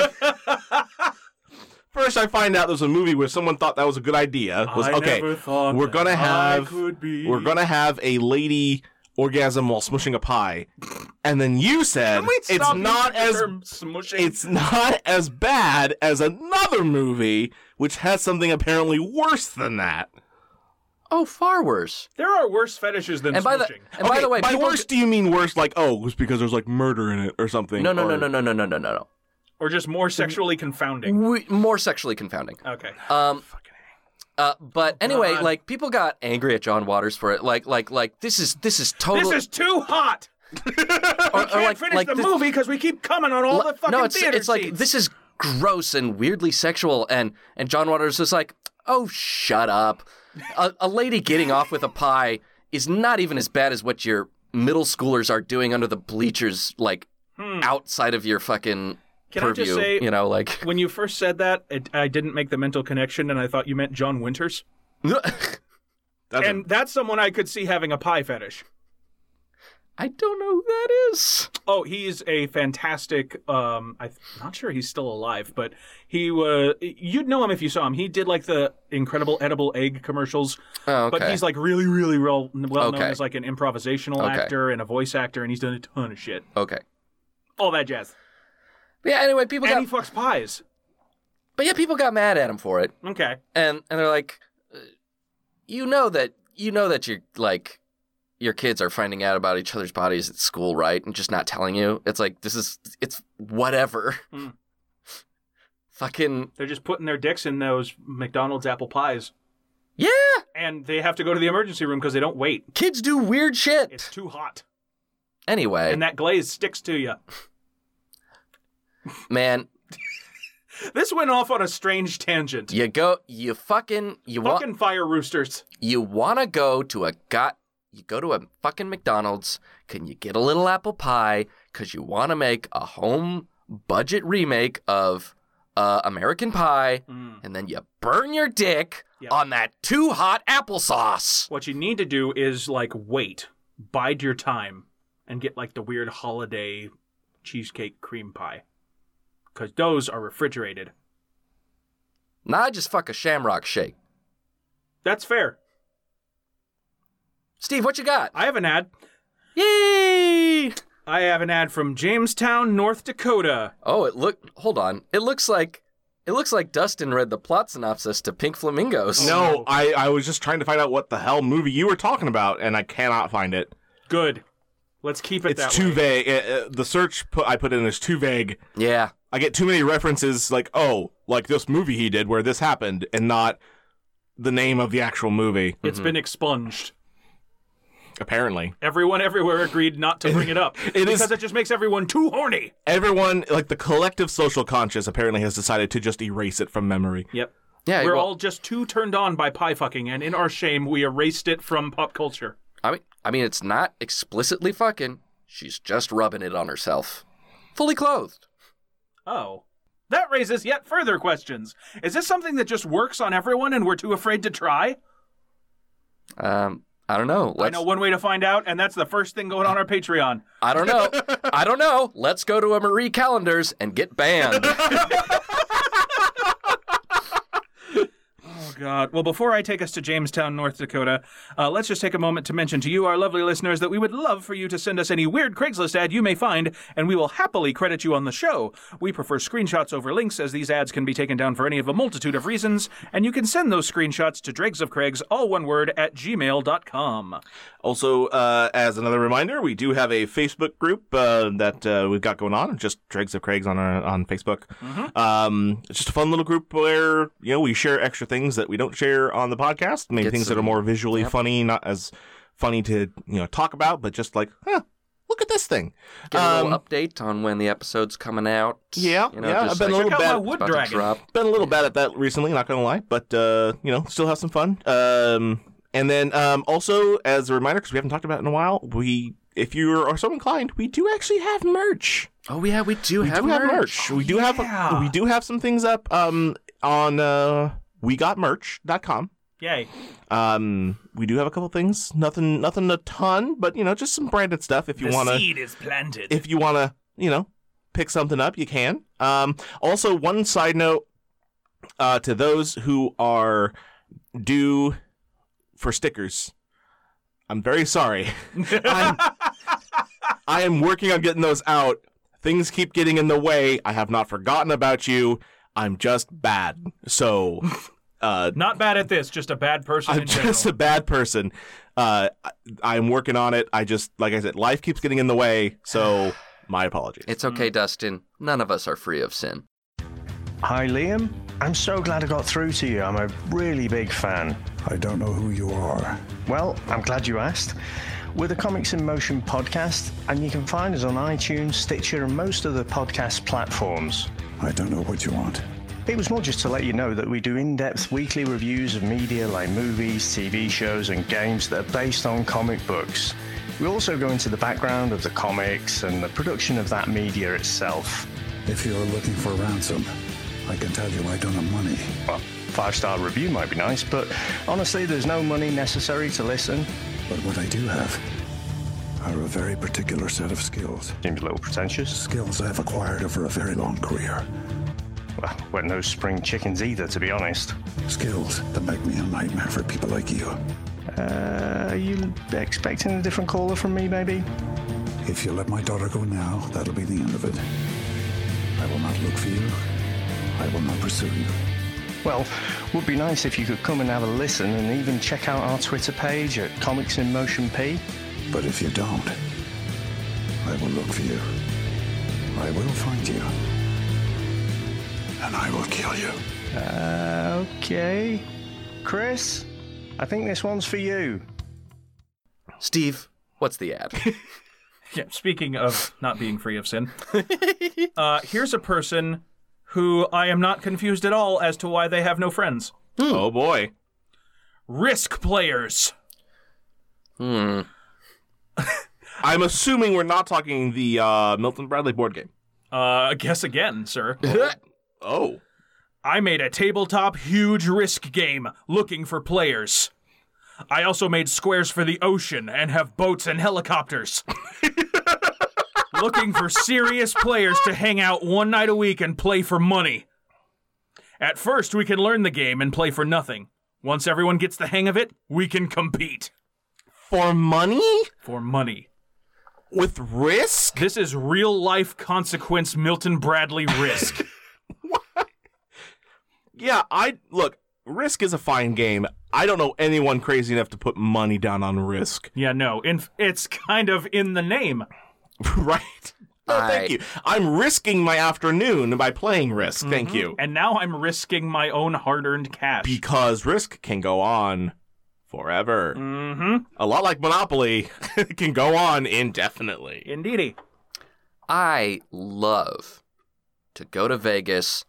First, I find out there's a movie where someone thought that was a good idea. Was
I
okay.
never thought
we're gonna
that I
have
could be-
we're gonna have a lady orgasm while smushing a pie, and then you said
Can we
it's
stop
not
using the
as
term smushing.
it's not as bad as another movie which has something apparently worse than that.
oh, far worse.
There are worse fetishes than
And by the Oh.
smooching.
and by
Okay,
the way,
by
people
worse do you mean worse like oh, it's because there's like murder in it or something?
No, no,
or-
no, no, no, no, no, no, no,
or just more sexually confounding.
no. We, more sexually confounding.
Okay.
Um, uh, but anyway,
Oh, God.
like people got angry at John Waters for it. Like, like, like this is this is
This
total.
is too hot.
or, or
Can't finish the
Oh, this-
movie because we keep coming on all
li-
the fucking
no, it's
theater
it's like
seats.
this is gross and weirdly sexual, and and John Waters is like, oh, shut up. A, a lady getting off with a pie is not even as bad as what your middle schoolers are doing under the bleachers, like outside of your fucking
Hmm. Can I
purview.
just say-
you know, like.
When you first said that, it, I didn't make the mental connection, and I thought you meant John Winters.
That's a-
And that's someone I could see having a pie fetish.
I don't know who that is.
Oh, he's a fantastic. Um, I'm not sure he's still alive, but he was. You'd know him if you saw him. He did like the incredible edible egg commercials.
Oh, okay.
But he's like really, really real, well known
Okay.
as like an improvisational
Okay.
actor and a voice actor, and he's done a ton of shit.
okay.
All that jazz.
But yeah. Anyway, people
and
got
he fucks pies.
but yeah, people got mad at him for it,
Okay.
and and they're like, uh, you know that you know that you're like. Your kids are finding out about each other's bodies at school, right? And just not telling you. It's like this is it's whatever.
Hmm.
Fucking
They're just putting their dicks in those McDonald's apple pies,
yeah!
and they have to go to the emergency room because they don't wait.
Kids do weird shit.
It's too hot,
anyway,
and that glaze sticks to you.
man,
This went off on a strange tangent.
you go, you fucking, you want,
Fucking fire roosters.
you want to go to a got you go to a fucking McDonald's, can you get a little apple pie cuz you want to make a home budget remake of uh, American pie,
Mm.
and then you burn your dick
Yep.
on that too hot applesauce.
What you need to do is like wait, bide your time, and get like the weird holiday cheesecake cream pie, because those are refrigerated.
Nah, just fuck a shamrock shake.
That's fair.
Steve, what you got?
I have an ad.
Yay!
I have an ad from Jamestown, North Dakota.
Oh, it look. Hold on. It looks like it looks like Dustin read the plot synopsis to Pink Flamingos.
No, I, I was just trying to find out what the hell movie you were talking about, and I cannot find it.
Good. Let's keep it that
it's too
way.
vague. Uh, uh, the search put, I put in is too vague.
Yeah.
I get too many references, like oh, like this movie he did where this happened, and not the name of the actual movie.
It's been expunged.
Apparently,
Everyone everywhere agreed not to bring it up
It is-
because it just makes everyone too horny.
everyone, like the collective social conscious, apparently has decided to just erase it from memory.
Yep.
Yeah.
We're
well,
all just too turned on by pie fucking, and in our shame, we erased it from pop culture.
I mean, I mean, it's not explicitly fucking. She's just rubbing it on herself, fully clothed.
Oh. That raises yet further questions. Is this something that just works on everyone and we're too afraid to try?
Um, I don't know.
I
Let's,
know one way to find out, and that's the first thing going on our Patreon.
I don't know. I don't know. Let's go to a Marie Callender's and get banned.
Oh, God. Well, before I take us to Jamestown, North Dakota, uh, let's just take a moment to mention to you, our lovely listeners, that we would love for you to send us any weird Craigslist ad you may find, and we will happily credit you on the show. We prefer screenshots over links, as these ads can be taken down for any of a multitude of reasons, and you can send those screenshots to dregs of Craigs, all one word, at gmail.com.
Also, uh, as another reminder, we do have a Facebook group uh, that uh, we've got going on, just Dregs of Craigs on our, on Facebook.
Mm-hmm.
Um, it's just a fun little group where you know we share extra things that we don't share on the podcast, maybe
Get
things that
some-
are more visually funny, not as funny to you know talk about, but just like, huh, look at this thing.
Get a little
Um,
update on when the episode's coming out.
Yeah,
you know,
yeah,
Just
I've been a
like,
little
Check out my
bad.
wood
about to
dragon.
drop.
Been a little bad at that recently, not gonna lie, but uh, you know, still have some fun. Um, and then um, also as a reminder, because we haven't talked about it in a while, we if you are so inclined, we do actually have merch.
Oh yeah, we do
We
have
do have
merch. Oh,
merch. we do have we do have some things up um on uh we got merch.com.
Yay.
Um, we do have a couple things. Nothing, nothing a ton, but you know, just some branded stuff. If you want to,
is planted.
if you want to, you know, pick something up, you can. Um, also, one side note uh, to those who are due for stickers, I'm very sorry. I'm, I am working on getting those out. Things keep getting in the way. I have not forgotten about you. I'm just bad. So, uh,
Not bad at this, just a bad person
I'm
in general.
just a bad person. Uh, I, I'm working on it. I just, like I said, life keeps getting in the way. So, my apologies.
It's okay, Dustin. None of us are free of sin.
Hi, Liam. I'm so glad I got through to you. I'm a really big fan.
I don't know who you are.
Well, I'm glad you asked. We're the Comics in Motion podcast, and you can find us on iTunes, Stitcher, and most other podcast platforms.
I don't know what you want.
It was more just to let you know that we do in depth weekly reviews of media like movies, TV shows, and games that are based on comic books. We also go into the background of the comics and the production of that media itself.
If you're looking for ransom, I can tell you I don't have money.
Well, five star review might be nice, but honestly, there's no money necessary to listen.
But what I do have are a very particular set of skills.
Seems a little pretentious.
Skills I've acquired over a very long career.
Well, we're no spring chickens either, to be honest.
Skills that make me a nightmare for people like you.
Uh, are you expecting a different caller from me, maybe?
If you let my daughter go now, that'll be the end of it. I will not look for you. I will not pursue you.
Well, would be nice if you could come and have a listen and even check out our Twitter page at Comics in Motion P.
But if you don't, I will look for you. I will find you. And I will kill you.
Uh, okay. Chris, I think this one's for you.
Steve, what's the ad?
Yeah, speaking of not being free of sin, uh, here's a person who I am not confused at all as to why they have no friends.
Oh boy.
Risk players.
hmm.
I'm assuming we're not talking the uh, Milton Bradley board game.
Uh, guess again, sir.
Oh.
I made a tabletop huge risk game looking for players. I also made squares for the ocean and have boats and helicopters. looking for serious players to hang out one night a week and play for money. At first, we can learn the game and play for nothing. Once everyone gets the hang of it, we can compete
For money?
for money.
With risk?
This is real life consequence Milton Bradley risk.
Yeah, I look, risk is a fine game. I don't know anyone crazy enough to put money down on risk.
yeah, no, in, it's kind of in the name.
right? No,
I-
thank you. I'm risking my afternoon by playing risk. Thank you.
And now I'm risking my own hard earned cash.
Because risk can go on forever.
mm-hmm.
A lot like Monopoly it can go on indefinitely.
Indeedy.
I love to go to Vegas,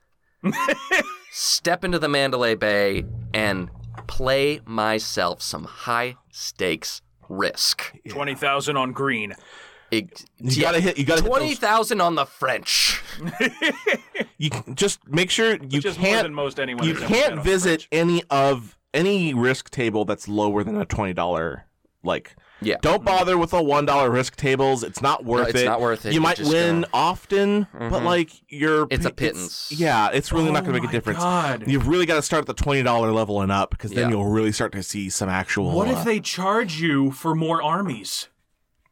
step into the Mandalay Bay, and play myself some high stakes risk.
20,000 on green.
Ex-
You gotta hit. You gotta hit
Twenty
those-
thousand on the French.
you can- just make sure you
Which is more than
can't.
most anyone
You
has ever bet
can't
on
visit
French.
any of any risk table that's lower than a twenty dollar. Like,
Yeah. Mm-hmm.
don't bother with the one dollar risk tables. It's not worth
it's
it.
not worth it.
You
You
might
just
win
gotta-
often, but like you're,
It's a pittance.
yeah, it's really not
Oh
gonna make a
my
difference.
God.
You've really got to start at the twenty dollar level and up because then
Yeah.
you'll really start to see some actual.
What
uh,
if they charge you for more armies?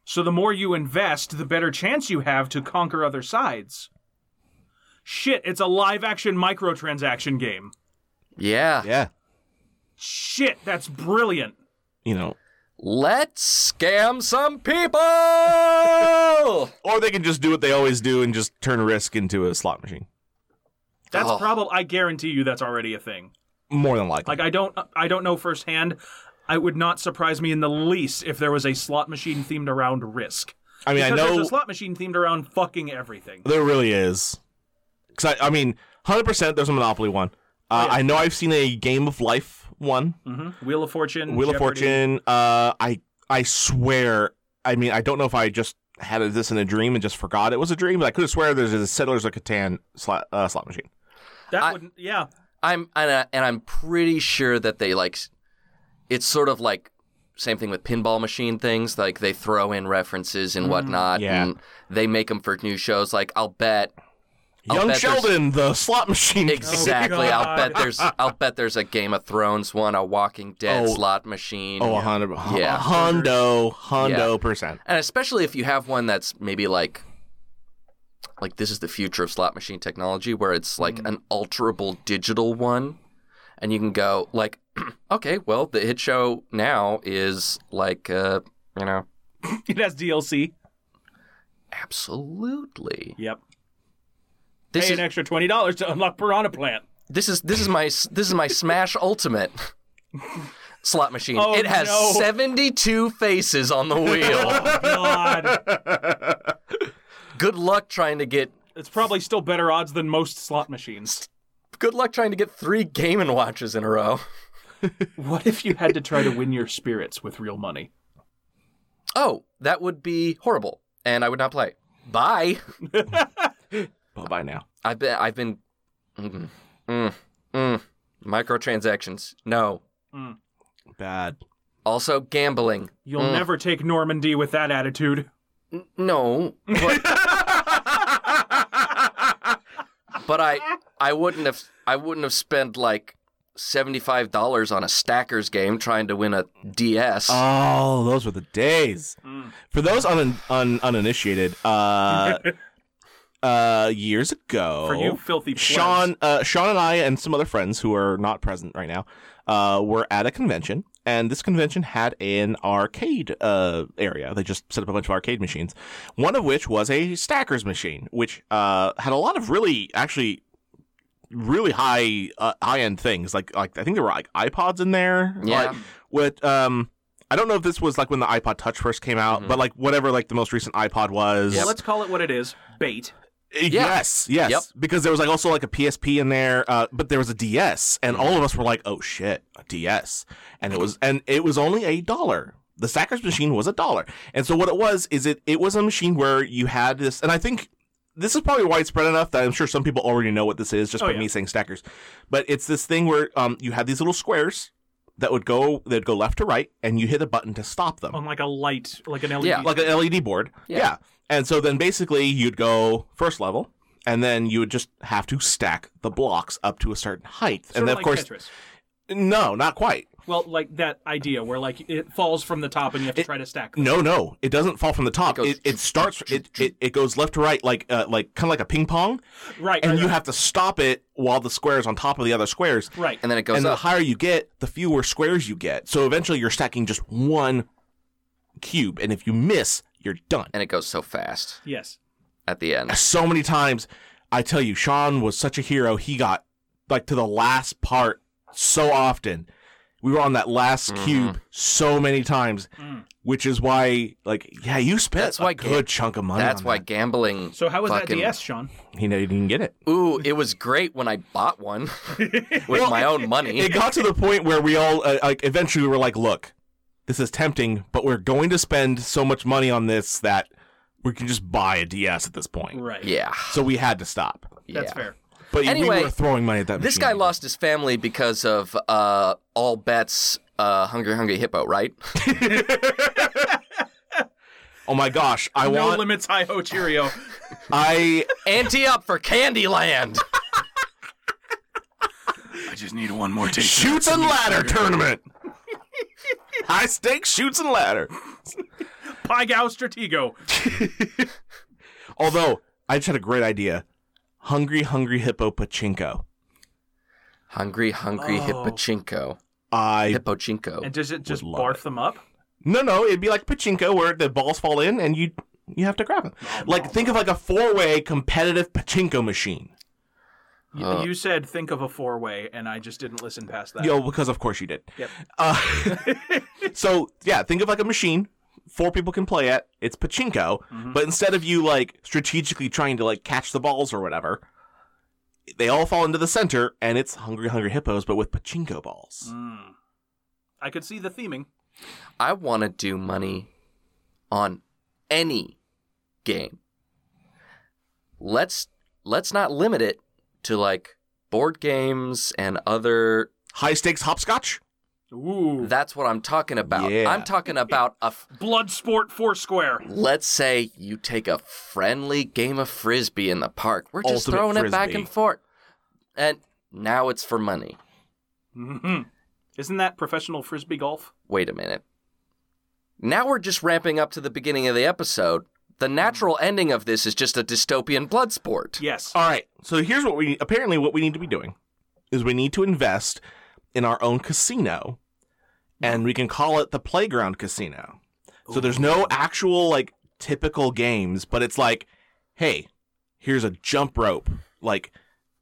So the more you invest, the better chance you have to conquer other sides. Shit, it's a live action microtransaction game.
Yeah.
Yeah,
Shit, that's brilliant.
you know,
Let's scam some people.
or they can just do what they always do and just turn risk into a slot machine.
That's
Oh.
probably I guarantee you that's already a thing.
More than likely.
Like I don't I don't know firsthand. I would not surprise me in the least if there was a slot machine themed around risk.
I mean, I
Because
know
there's a slot machine themed around fucking everything.
There really is. Cause I, I mean, hundred percent. There's a Monopoly one. Uh, I know I've seen a Game of Life one,
Mhm. Wheel of Fortune,
Wheel of
Jeopardy.
Fortune. Uh, I I swear. I mean, I don't know if I just had this in a dream and just forgot it was a dream, but I could have swear there's a Settlers of Catan slot uh, slot machine.
That
I-
wouldn't. Yeah,
I'm and, I, and I'm pretty sure that they like. s- It's sort of like same thing with pinball machine things. Like they throw in references and whatnot,
yeah.
and they make them for new shows. Like I'll bet I'll
Young
bet Oh, there's-
Sheldon, the slot machine.
Exactly. I'll
God.
bet there's I'll bet there's a Game of Thrones one, a Walking Dead
Oh.
slot machine.
Oh, a hundred.
Yeah.
Yeah. Hondo, Hondo percent.
And especially if you have one that's maybe like like this is the future of slot machine technology where it's
Mm.
like an alterable digital one and you can go like okay, well, the hit show now is like uh, you know,
it has DLC.
absolutely.
Yep.
This
Pay
is
an extra twenty dollars to unlock Piranha Plant.
this is this is my this is my Smash Ultimate slot machine.
Oh,
it has
no.
72 faces on the
Oh,
wheel.
God,
good luck trying to get
it's probably still better odds than most slot machines.
good luck trying to get three game and watches in a row
What if you had to try to win your spirits with real money?
oh that would be horrible and i would not play bye
Bye bye now.
i've been i've been mm, mm, mm, microtransactions no
Bad.
also gambling
You'll
Mm.
never take Normandy with that attitude.
no but, but i i wouldn't have i wouldn't have spent like $75 on a stackers game trying to win a ds
Oh, those were the days.
Mm.
For those un- un- uninitiated, uh, uh, years ago,
For you filthy plebs.
Oh. Sean, uh, Sean and I and some other friends who are not present right now, uh, were at a convention, and this convention had an arcade uh, area. They just set up a bunch of arcade machines, one of which was a Stackers machine, which uh, had a lot of really actually. Really high, uh, high end things like like I think there were like iPods in there.
Yeah.
Like, with um, I don't know if this was like when the iPod Touch first came out, but like whatever like the most recent iPod was.
Well, let's call it what it is. Bait.
Yes, yes.
Yep.
Because there was like also like a PSP in there, uh, but there was a DS, and all of us were like, "Oh shit, a DS!" And it was and it was only a dollar. The Stackers machine was a dollar, and so what it was is it it was a machine where you had this, and I think this is probably widespread enough that I'm sure some people already know what this is just by me saying stackers. But it's this thing where um, you had these little squares that would go that go left to right, and you hit a button to stop them,
on like a light, like an E LED.
Yeah,
like an LED board.
Yeah.
And so then basically you'd go first level, and then you would just have to stack the blocks up to a certain height,
Sort
and then
like
of course,
Tetris.
no, not quite.
Well, like that idea where like it falls from the top and you have to try to stack. them.
No, no, it doesn't fall from the top. It
goes
it, starts. It, it it goes left to right, like uh, like kind of like a ping pong,
Right.
and
right,
you
right.
have to stop it while the square is on top of the other squares.
right.
and then it goes
and the
up.
higher you get, the fewer squares you get. So eventually, you're stacking just one cube, and if you miss, you're done.
and it goes so fast
yes.
at the end.
So many times, I tell you, Sean was such a hero. He got like to the last part so often. We were on that last
Mm-hmm.
cube so many times,
Mm.
which is why, like, yeah, you spent
That's
a
why ga-
good chunk of money.
That's
on
why
that.
gambling.
So how was that
fucking-
DS, Sean?
he didn't get it.
Ooh, it was great when I bought one with my own money.
it got to the point where we all uh, like eventually we were like, look, this is tempting, but we're going to spend so much money on this that we can just buy a DS at this point.
Right.
yeah,
So we had to stop.
That's
yeah.
fair. Hmm.
But we
Anyway,
were throwing money at that.
This guy
machine.
lost his family because of uh, all bets. Uh, hungry, hungry hippo, right?
Oh my gosh! I
No
want.
limits, hi ho, cheerio.
I
Ante up for Candyland.
I just need one more taste.
shoots and ladder tournament. High stakes shoots and ladder.
Pygao Stratego.
Although I just had a great idea. Hungry, hungry hippo pachinko.
Hungry, hungry
Oh.
hippochinko.
I
Hippochinko.
And does it just
Would love
barf
it.
them up?
No, no, it'd be like pachinko where the balls fall in and you you have to grab them. Like think of like a four-way competitive pachinko machine.
Y-
Uh.
you said think of a four way, and I just didn't listen past that.
Yo, because of course you did.
Yep.
Uh, so yeah, think of like a machine four people can play at. It's pachinko, but instead of you like strategically trying to like catch the balls or whatever, they all fall into the center and it's hungry hungry hippos but with pachinko balls.
Mm. I could see the theming.
I want to do money on any game. Let's let's not limit it to like board games and other
High stakes hopscotch?
Ooh.
That's what I'm talking about.
Yeah.
I'm talking about a. F-
Blood Sport Foursquare.
let's say you take a friendly game of frisbee in the park. We're just
Ultimate
throwing it back
Frisbee.
and forth, and now it's for money.
hmm Isn't that professional frisbee golf?
Wait a minute. Now we're just ramping up to the beginning of the episode. The natural ending of this is just a dystopian blood sport.
Yes.
All right. So here's what we apparently what we need to be doing is we need to invest in our own casino, and we can call it the playground casino. So there's no actual like typical games, but it's like, hey, here's a jump rope. Like,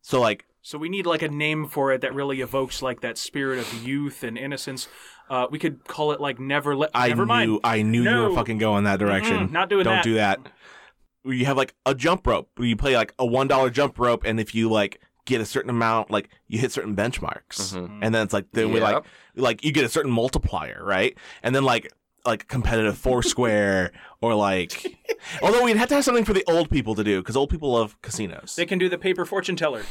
so like
So we need like a name for it that really evokes like that spirit of youth and innocence. Uh, we could call it like never let.
I
never mind.
knew I knew you
No.
were fucking going that direction.
Mm-mm, not doing
Don't
that.
do that. Where You have like a jump rope where you play like a one dollar jump rope, and if you like get a certain amount, like you hit certain benchmarks,
Mm-hmm.
and then it's like then we like
Mm-hmm. Yep.
like you get a certain multiplier, right? And then like like competitive foursquare or like. Although we'd have to have something for the old people to do because old people love casinos.
They can do the paper fortune teller.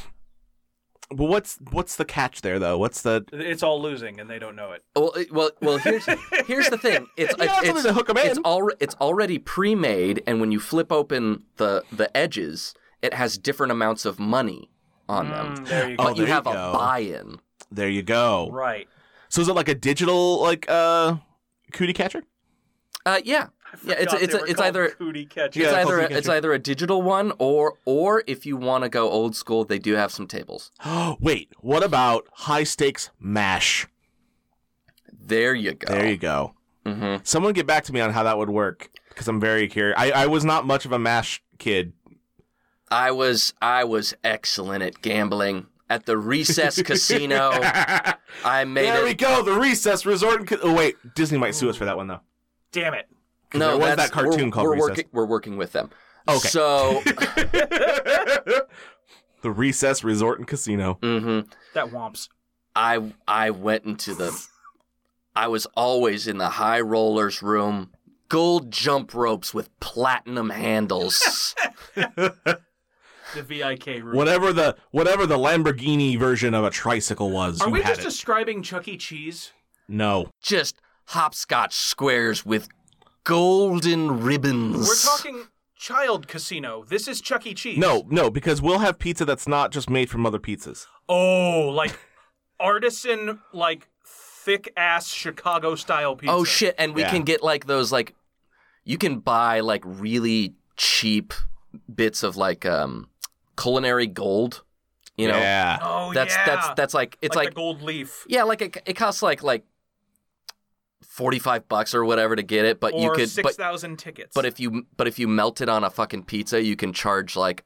but what's what's the catch there though? What's the
It's all losing, and they don't know it.
Well, it- well, well. Here's here's the thing. It's
Yeah,
it's
something
it's,
to hook 'em in.
it's, al- it's already pre-made, and when you flip open the the edges, it has different amounts of money on them.
There you go.
But
Oh,
you
there
have
you
a
go.
buy-in.
there you go.
Right.
So is it like a digital like uh cootie catcher?
Uh, yeah, yeah. It's
Forgot
a, it's
they
a,
were
it's
called
either
cootie catch.
Yeah,
it's
they're
either
called
a,
cootie
it's
catcher.
either a digital one or or if you want to go old school, they do have some tables.
Wait, what about high stakes mash?
There you go.
There you go.
Mhm.
Someone get back to me on how that would work because I'm very curious. I, I was not much of a mash kid.
I was I was excellent at gambling at the Recess Casino. I made
there
it.
we go. The recess resort. And co- oh wait, Disney might sue us for that one though.
Damn it.
No,
there was
that's-
that cartoon
we're,
called
we're
Recess.
working. We're working with them.
Okay.
So,
The recess resort and casino.
mhm,
That womps.
I I went into the. I was always in the high rollers room. Gold jump ropes with platinum handles.
the VIK room.
Whatever the whatever the Lamborghini version of a tricycle was,
Are
you
we
had
just
it.
describing Chuck E. Cheese?
No,
Just hopscotch squares with golden ribbons.
We're talking child casino. This is Chuck E. Cheese.
no, no, because we'll have pizza that's not just made from other pizzas.
Oh, like artisan, like thick ass Chicago style pizza.
Oh shit! And we
Yeah.
can get like those like, you can buy like really cheap bits of like um culinary gold. You know,
yeah,
Oh
that's
yeah.
that's that's like it's
like,
like,
the gold leaf.
yeah, like it, it costs like like forty five bucks or whatever to get it, but you
or
could
six
but
thousand tickets.
but if you but if you melt it on a fucking pizza, you can charge like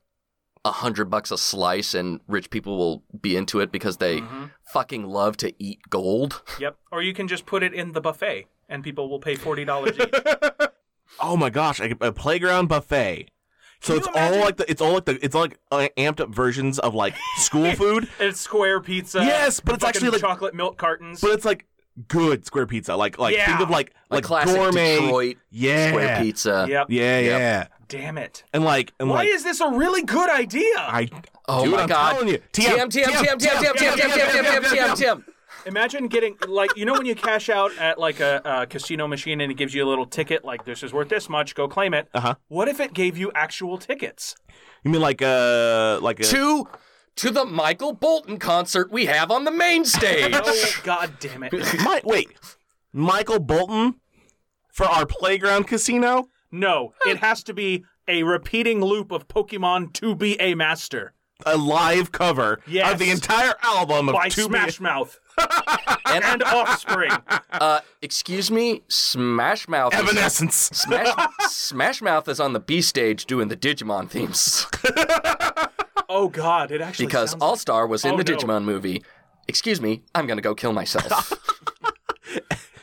a hundred bucks a slice, and rich people will be into it because they fucking love to eat gold.
yep, or you can just put it in the buffet and people will pay forty dollars each.
Oh my gosh, a, a playground buffet. So
you
it's
imagine-
all like the it's all like the it's all like uh, amped up versions of like school food,
it's square pizza.
Yes, but it's
fucking
actually, like-
chocolate milk cartons.
but it's like good square pizza. Like like think of
Yeah.
like
Like
like,
classic
gourmet
Detroit
yeah
Square pizza.
yep.
yeah
Yep.
yeah
Damn it.
and like and
Why
like
is this a really good idea?
I
Oh
dude,
my
I'm
god.
telling you
TM, TM, Tm, Tm, Tm, Tm, TM, Tm, Tm, TM, Tm.
Imagine getting like you know when you cash out at like a, a casino machine and it gives you a little ticket like this is worth this much, go claim it.
Uh-huh.
What if it gave you actual tickets?
You mean like uh like a,
To to the Michael Bolton concert we have on the main stage.
Oh god damn it.
my, wait Michael Bolton for our playground casino?
No, it has to be a repeating loop of Pokemon to be a master
A live cover
Yes.
of the entire album of
by
two
Smash Mouth
and
and Offspring.
uh, excuse me, Smash Mouth. is-
Evanescence.
Smash, Smash Mouth is on the B stage doing the Digimon themes
Oh god, it actually
because
sounds
All Star was in
Oh,
the
no.
Digimon movie. Excuse me, I'm gonna go kill myself.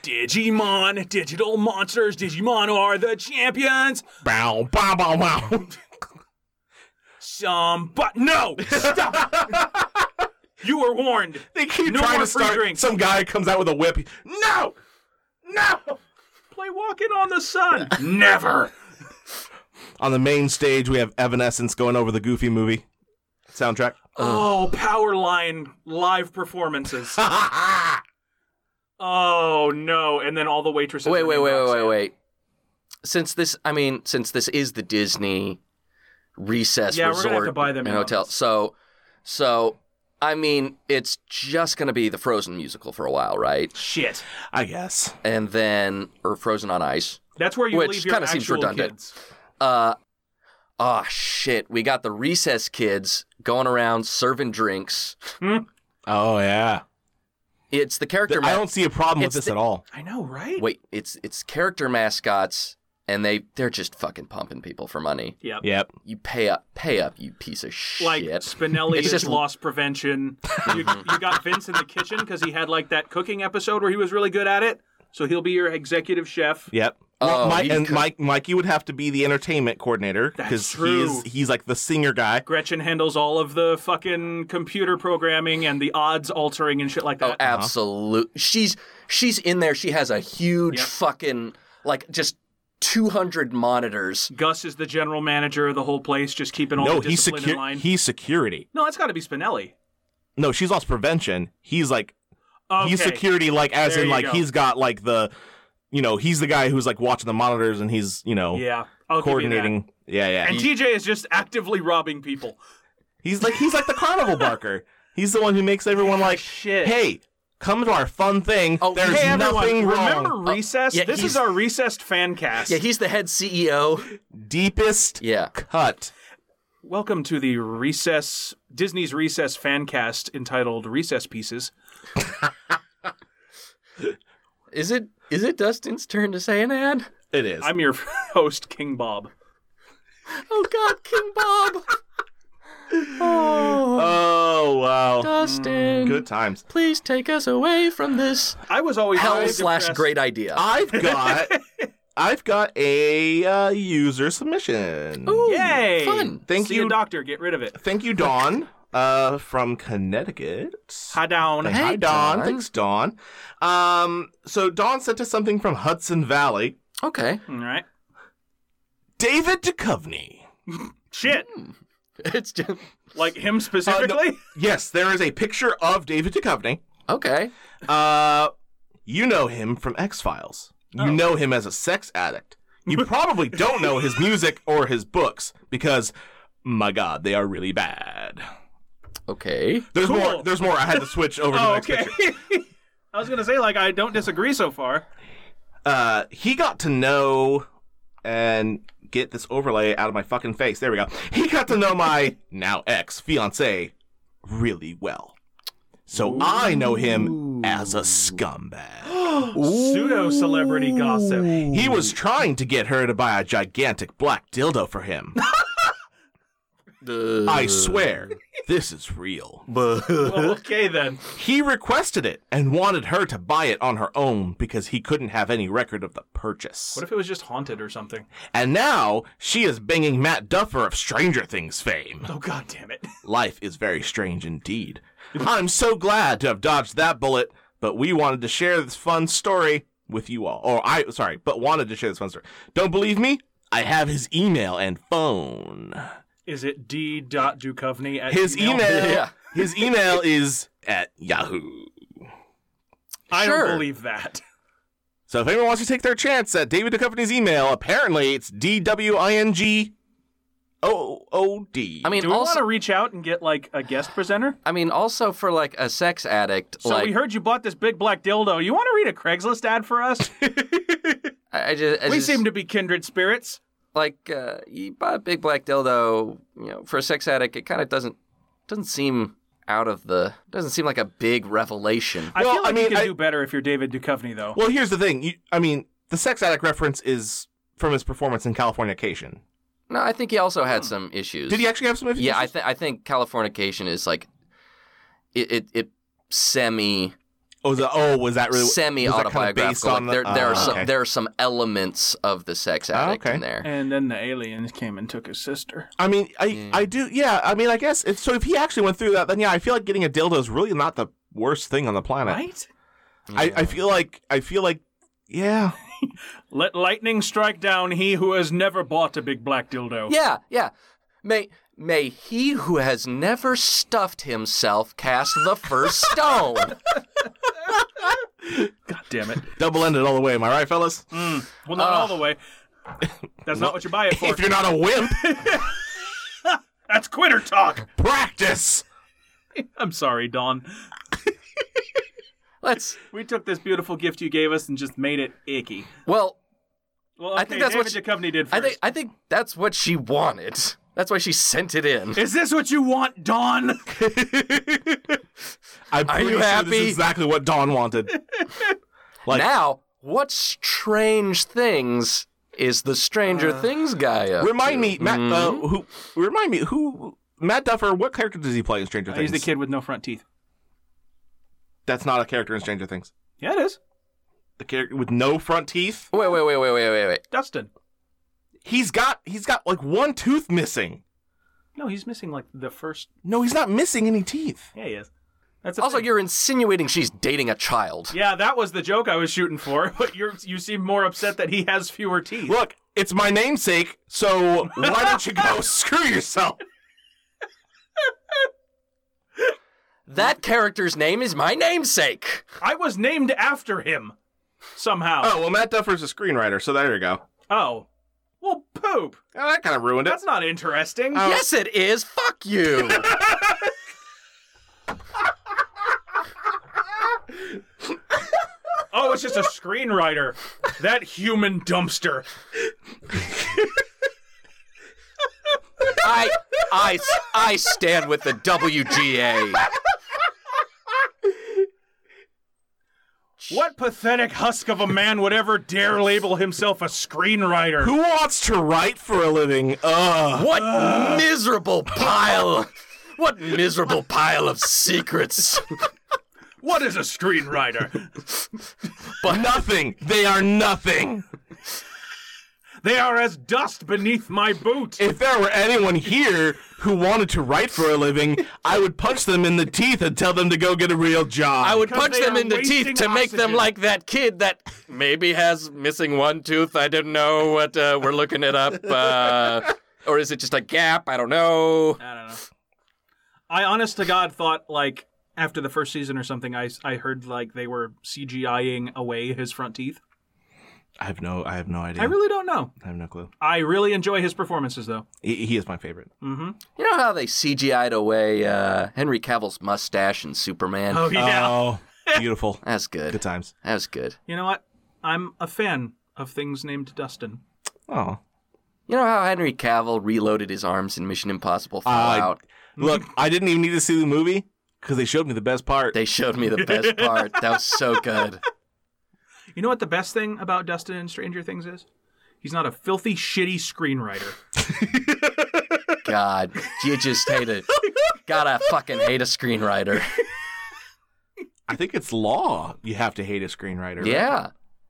Digimon, digital monsters, Digimon are the champions.
Bow bow bow bow.
Some but no, stop. it. you were warned.
They keep
No
trying
more
to
free
start.
drinks.
Some guy comes out with a whip. No, no.
Play Walking on the Sun. Never.
On the main stage, we have Evanescence going over the Goofy movie soundtrack.
Oh, Powerline live performances. oh no! And then all the waitresses.
wait,
are
wait,
named
wait, wait,
Roxanne.
wait, wait. Since this, I mean, since this is the Disney recess
Yeah, we're
resort
gonna have to buy them
and
in
hotel,
outfits.
so, so, I mean, it's just gonna be the Frozen musical for a while, right?
Shit.
I guess.
And then, or Frozen on Ice.
That's where you
Which
leave your
kinda
actual
seems redundant.
kids.
Uh, oh shit, we got the recess kids going around serving drinks.
Oh yeah.
It's the character.
I
ma-
don't see a problem
It's
with this
the-
at all.
I know, right?
Wait, it's it's character mascots, and they they're just fucking pumping people for money.
Yep.
Yep.
You pay up, pay up, you piece of shit.
Like Spinelli
It's
is
just-
loss prevention. you, you got Vince in the kitchen because he had like that cooking episode where he was really good at it. So he'll be your executive chef.
Yep. Well,
Oh,
Mike
you
and
could-
Mike, Mikey would have to be the entertainment coordinator because he
true.
is he's like the singer guy.
Gretchen handles all of the fucking computer programming and the odds altering and shit like
Oh,
that.
absolute. She's she's in there. She has a huge
Yep.
fucking like just two hundred monitors.
Gus is the general manager of the whole place, just keeping all
No,
the
he's
discipline in
secure.
line.
He's security.
No, that's got to be Spinelli.
No, she's lost prevention. He's like
Okay.
he's security. Like as
There
in
you
like
go.
he's got like the, you know, he's the guy who's like watching the monitors and he's you know
Yeah, I'll give you that.
coordinating. Yeah, yeah.
And TJ is just actively robbing people.
He's like he's like the carnival barker. He's the one who makes everyone like,
shit.
hey, come to our fun thing.
Oh,
There's
hey,
nothing wrong. Uh,
Remember Recess?
yeah,
this
he's-
is our Recessed fan cast.
Yeah, he's the head E CEO.
Deepest
Yeah.
cut.
Welcome to the Recess Disney's Recess fan cast entitled Recess Pieces.
Is it is it Dustin's turn to say an ad?
It is.
I'm your host, King Bob.
Oh God, King Bob. Oh,
oh wow.
Dustin.
Good times.
Please take us away from this
I was always
hell
very
slash
depressed.
great idea.
I've got I've got a uh, user submission.
Yay!
Fun.
Thank
See
you.
a doctor. Get rid of it.
Thank you, Dawn, uh, from Connecticut.
Hi down.
Hey, hi,
Hey,
Dawn.
Dawn.
Thanks, Dawn. Um, so Dawn sent us something from Hudson Valley.
mm,
Okay.
All right.
David Duchovny.
Hmm.
Shit.
It's just
Like
Oh,
him specifically?
Uh, Yes, there is a picture of David Duchovny.
okay.
Uh, you know him from X Files. You
Oh.
know him as a sex addict. You probably don't know his music or his books because, my God, they are really bad.
Okay.
There's
Cool.
more. There's more. I had to switch over to the
Oh,
next
okay.
picture.
I was gonna say like I don't disagree so far.
Uh, he got to know and get this overlay out of my fucking face. There we go. He got to know my now ex fiance really well. So I know him as a scumbag.
Pseudo celebrity gossip.
He was trying to get her to buy a gigantic black dildo for him. I swear, this is real.
Well, okay then.
He requested it and wanted her to buy it on her own because he couldn't have any record of the purchase.
What if it was just haunted or something?
And now she is banging Matt Duffer of Stranger Things fame.
Oh god damn it.
Life is very strange indeed. I'm so glad to have dodged that bullet, but we wanted to share this fun story with you all. Or I sorry, but wanted to share this fun story. Don't believe me? I have his email and phone.
Is it D. Duchovny at
His
Gmail?
email
Yeah.
his email is at Yahoo.
I
Sure.
don't believe that.
So if anyone wants to take their chance at David Duchovny's email, apparently it's D W I N G O O D.
I mean,
Do we want
also,
to reach out and get like a guest presenter?
I mean, also for like a sex addict,
So
like
we heard you bought this big black dildo. You want to read a Craigslist ad for us?
I, I just, I
we
just-
seem to be kindred spirits.
like uh, you buy a big black dildo, you know, for a sex addict, it kind of doesn't doesn't seem out of the doesn't seem like a big revelation.
I
Well,
feel
I
like
mean,
you can
I-
do better if you're David Duchovny, though.
Well, here's the thing. You, I mean, the sex addict reference is from his performance in Californication.
No, I think he also had some issues.
Did he actually have some? issues?
Yeah, I think I think Californication is like it it, it semi
oh, was that, oh, was that really
semi
was that kinda based
autobiographical.
on the-
there there
oh,
are some
okay. Oh,
there are some elements of the sex addict
okay.
in there.
And then the aliens came and took his sister.
I mean, I I do. Yeah, I mean, I guess. It's, so if he actually went through that, then yeah, I feel like getting a dildo is really not the worst thing on the planet.
Right?
I, I feel like I feel like yeah.
Let lightning strike down he who has never bought a big black dildo.
Yeah, yeah. May may he who has never stuffed himself cast the first stone.
God damn it.
Double ended all the way. Am I right, fellas?
Well, not all the way. That's not what you buy it for.
If you're not a wimp,
That's quitter talk.
practice.
I'm sorry, Don.
Let's
We took this beautiful gift you gave us and just made it icky.
well,
Well,
I think that's what
David Duchovny did first.
I think I think that's what she wanted. That's why she sent it in.
Is this what you want, Don?
I'm
Are
pretty
you
sure This
happy?
is exactly what Don wanted. Like-
now, what strange things is the Stranger
Uh,
Things guy up?
Remind me, Matt. Uh, who? Remind me who? Matt Duffer. What character does he play in Stranger Things?
He's the kid with no front teeth.
That's not a character in Stranger Things.
Yeah, it is.
The character with no front teeth.
Wait, wait, wait, wait, wait, wait, wait.
Dustin.
He's got. He's got like one tooth missing.
No, he's missing like the first.
No, he's not missing any teeth.
Yeah, he is. That's the
Also,
thing.
you're insinuating she's dating a child.
Yeah, that was the joke I was shooting for. But you are you seem more upset that he has fewer teeth.
Look, it's my namesake. So why don't you go screw yourself?
That character's name is my namesake.
I was named after him somehow.
Oh well, Matt Duffer's a screenwriter, so there you go.
Oh, well, poop.
Oh, that Oh. kind of ruined it.
That's not interesting.
Yes, it is. Fuck you.
oh, it's just a screenwriter. that human dumpster.
I, I, I stand with the WGA.
What pathetic husk of a man would ever dare label himself a screenwriter?
Who wants to write for a living? Ugh.
What miserable pile. What miserable pile of secrets.
What is a screenwriter?
nothing. They are nothing.
they are as dust beneath my boot.
if there were anyone here who wanted to write for a living, I would punch them in the teeth and tell them to go get a real job.
I would
Because
punch
they
them
are
in the teeth
wasting
to make them
oxygen.
like that kid that maybe has missing one tooth. I don't know what uh, we're looking it up. Uh, or is it just a gap? I don't know.
I don't know. I honest to God thought like after the first season or something, I I heard like they were CGIing away his front teeth.
I have no, I have no idea.
I really don't know.
I have no clue.
I really enjoy his performances though.
He, he is my favorite.
You know how they CGI'd away uh, Henry Cavill's mustache in Superman?
yeah.
Oh, beautiful.
That's good.
Good times.
That was good.
You know what? I'm a fan of things named Dustin.
Oh,
You know how Henry Cavill reloaded his arms in Mission Impossible Fallout?
look, I didn't even need to see the movie because they showed me the best part.
They showed me the best part. That was so good.
You know what the best thing about Dustin in Stranger Things is? He's not a filthy, shitty screenwriter.
God, you just hate it. God, I fucking hate a screenwriter.
I think it's law. You have to hate a screenwriter. right?
Yeah.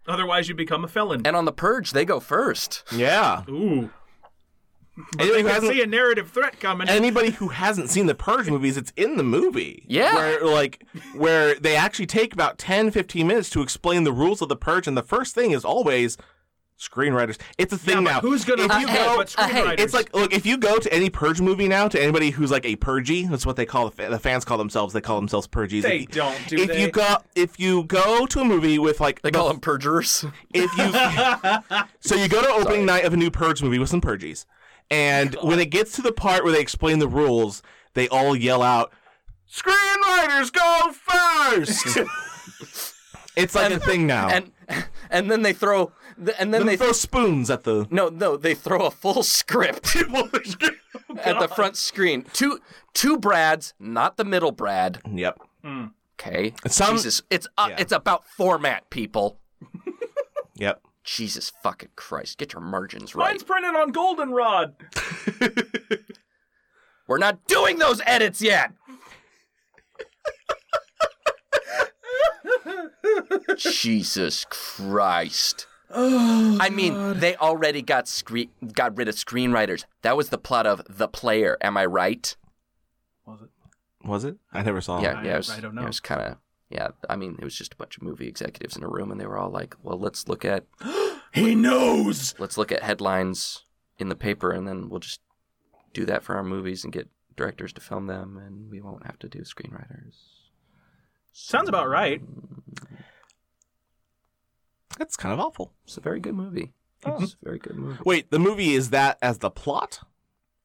Otherwise, you become a felon.
And on The Purge, they go first.
Yeah.
Ooh.
Anybody who,
I can see
hasn't,
a narrative threat coming.
anybody who hasn't seen the Purge movies, it's in the movie.
Yeah.
Where, like, where they actually take about 10, 15 minutes to explain the rules of the Purge. And the first thing is always screenwriters. It's a thing
Yeah, but
now.
who's gonna
If
read
you
that
go-
but screenwriters?
It's like, look, if you go to any Purge movie now, to anybody who's like a Purgy, that's what they call the, fa- the fans call themselves. They call themselves Purgies.
They
If-
don't, do
if
they?
You go, if you go to a movie with like
They call them Purgerers.
if you so you go to opening night of a new purge movie with some purgies and when it gets to the part where they explain the rules they all yell out screenwriters go first it's like a thing now
And and then they throw and then
then
they
they throw spoons at the
No, no, they throw a full script at the front screen. Two two Brads, not the middle Brad.
yep
Okay.
Some-
Jesus, it's uh,
Yeah.
it's about format, people.
yep
Jesus fucking Christ, get your margins right.
Mine's printed on goldenrod.
We're not doing those edits yet. Jesus Christ. I mean, they already got scre- got rid of screenwriters. That was the plot of The Player. Am I right?
was it i never saw
yeah,
it
yeah. It was,
Oh, I don't
It
know.
was kind of yeah. I mean, it was just a bunch of movie executives in a room, and they were all like, "Well, let's look at
he knows
let's look at headlines in the paper, and then we'll just do that for our movies and get directors to film them, and we won't have to do screenwriters."
Sounds about right.
that's kind of awful
It's a very good movie.
Oh.
It's a very good movie.
wait the movie is that as the plot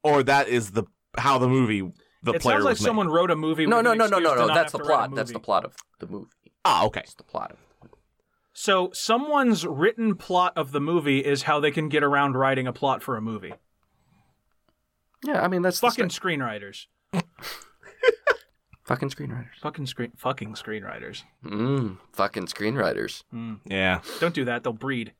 or that is the how the movie the
it
player
sounds like
was made?
someone wrote a movie.
No,
with
no,
an
no, no,
excuse
no,
to
no.
not
That's
have
the
to write a
plot. That's the
movie.
plot of the movie.
ah okay
It's the plot of.
So someone's written plot of the movie is how they can get around writing a plot for a movie.
Yeah, I mean that's the
Fucking
sta-
screenwriters.
fucking screenwriters.
Fucking screen. Fucking screenwriters.
Mm, fucking screenwriters.
yeah
Don't do that. They'll breed.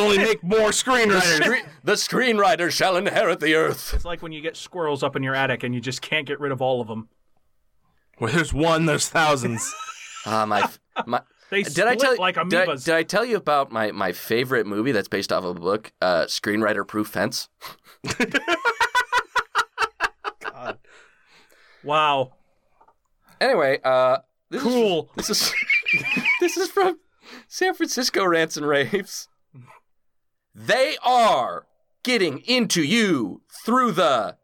only make more
The,
screenwriters.
scre- the screenwriter shall inherit the earth.
It's like when you get squirrels up in your attic and you just can't get rid of all of them.
Where there's one, there's thousands.
Ah, my, my
They
did I tell
split like
did I-
amoebas.
Did I, tell you about my, my favorite movie that's based off of a book, uh, Screenwriter Proof Fence?
Wow.
Anyway, uh, this
Cool.
Is, this is this is from San Francisco Rants and Raves. They are getting into you through the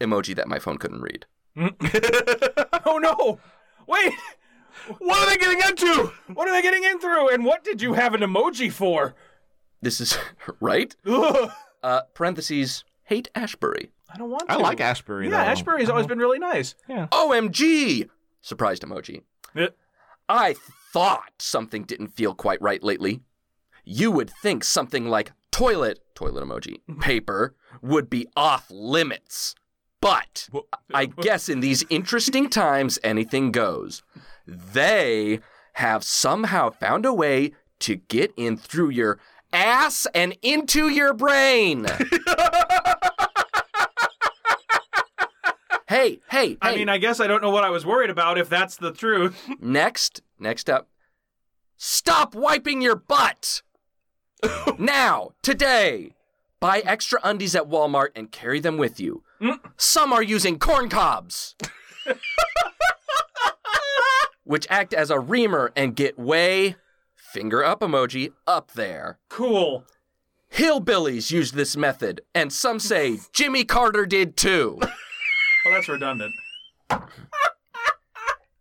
emoji that my phone couldn't read.
Oh no! Wait!
what are they getting into?
What are they getting in through? And what did you have an emoji for?
This is right.
Ugh.
Uh, parentheses. Hate Ashbury.
I don't want to.
I like Uh-huh. Ashbury.
Yeah, Ashbury's always been really nice. Uh,
OMG! Surprised emoji.
Yeah.
I thought something didn't feel quite right lately. You would think something like toilet, toilet emoji,
Mm-hmm.
paper would be off limits. But I guess in these interesting times, anything goes. They have somehow found a way to get in through your ass and into your brain. hey, hey, hey.
I mean, I guess I don't know what I was worried about if that's the truth.
Next, next up, stop wiping your butt now, today. Buy extra undies at Walmart and carry them with you. Some are using corn cobs, which act as a reamer and get way finger up emoji up there.
Cool.
Hillbillies used this method, and some say Jimmy Carter did too.
Well, that's redundant.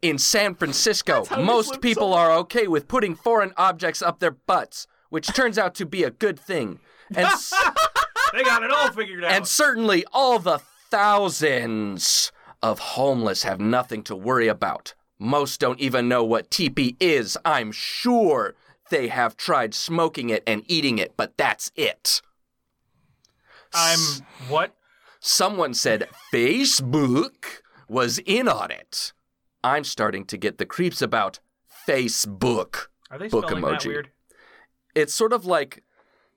In San Francisco, most people are okay with putting foreign objects up their butts, which turns out to be a good thing. And, s-
They got it all figured out.
and certainly all the thousands of homeless have nothing to worry about. Most don't even know what teepee is. I'm sure they have tried smoking it and eating it, but that's it.
I'm what?
Someone said Facebook was in on it. I'm starting to get the creeps about Facebook.
Are they
Book
spelling that
emoji.
weird?
It's sort of like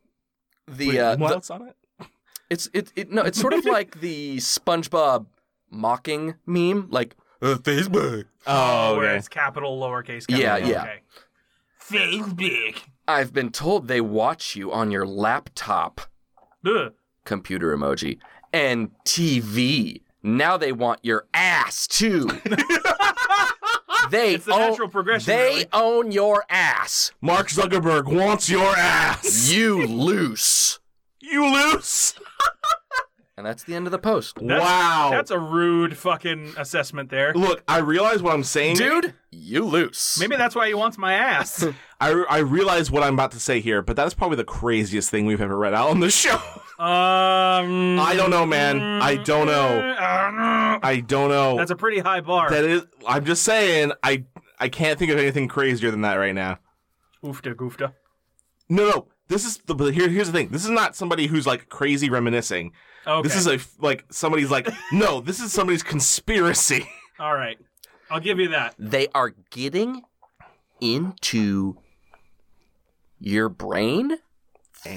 the,
Wait,
uh,
what
the-
else on it?
it's it, it no it's sort of like the SpongeBob mocking meme like uh, Facebook.
Oh,
Where
okay.
it's capital, lowercase. Capital,
Yeah, yeah.
Okay.
I've been told they watch you on your laptop
Ugh.
computer emoji and TV. Now they want your ass too. they
It's the
own,
natural progression,
They
really.
own your ass.
Mark Zuckerberg wants your ass.
You loose.
You loose.
And that's the end of the post.
That's-
wow.
That's a rude fucking assessment there.
Look, I realize what I'm saying.
Dude, you loose.
Maybe that's why he wants my ass. Um,
I, I realize what I'm about to say here, but that's probably the craziest thing we've ever read out on the show.
Um,
I don't know, man. I don't know.
know.
I don't know.
That's a pretty high bar.
that is. I'm just saying. I I can't think of anything crazier than that right now.
Oofta goofta.
No, no. This is the but here. Here's the thing. This is not somebody who's like crazy reminiscing.
Okay.
This is a f- like somebody's like no. This is somebody's conspiracy.
All right. I'll give you that.
they are getting into your brain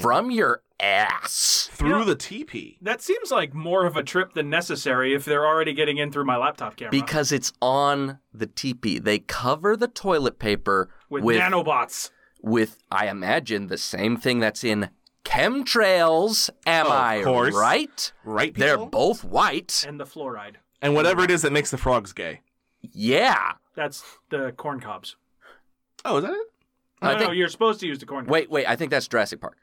from your ass.
through the teepee.
That seems like more of a trip than necessary if they're already getting in through my laptop camera.
Because it's on the teepee. They cover the toilet paper
with,
with,
nanobots.
with, I imagine, the same thing that's in chemtrails. Am
Of
I
course.
right?
Right,
They're
people?
both white.
And the fluoride.
And whatever it is that makes the frogs gay.
Yeah.
That's the corn cobs.
Oh, is that it?
No,
I
no,
think-
you're supposed to use the corn cobs.
Wait, wait. I think that's Jurassic Park.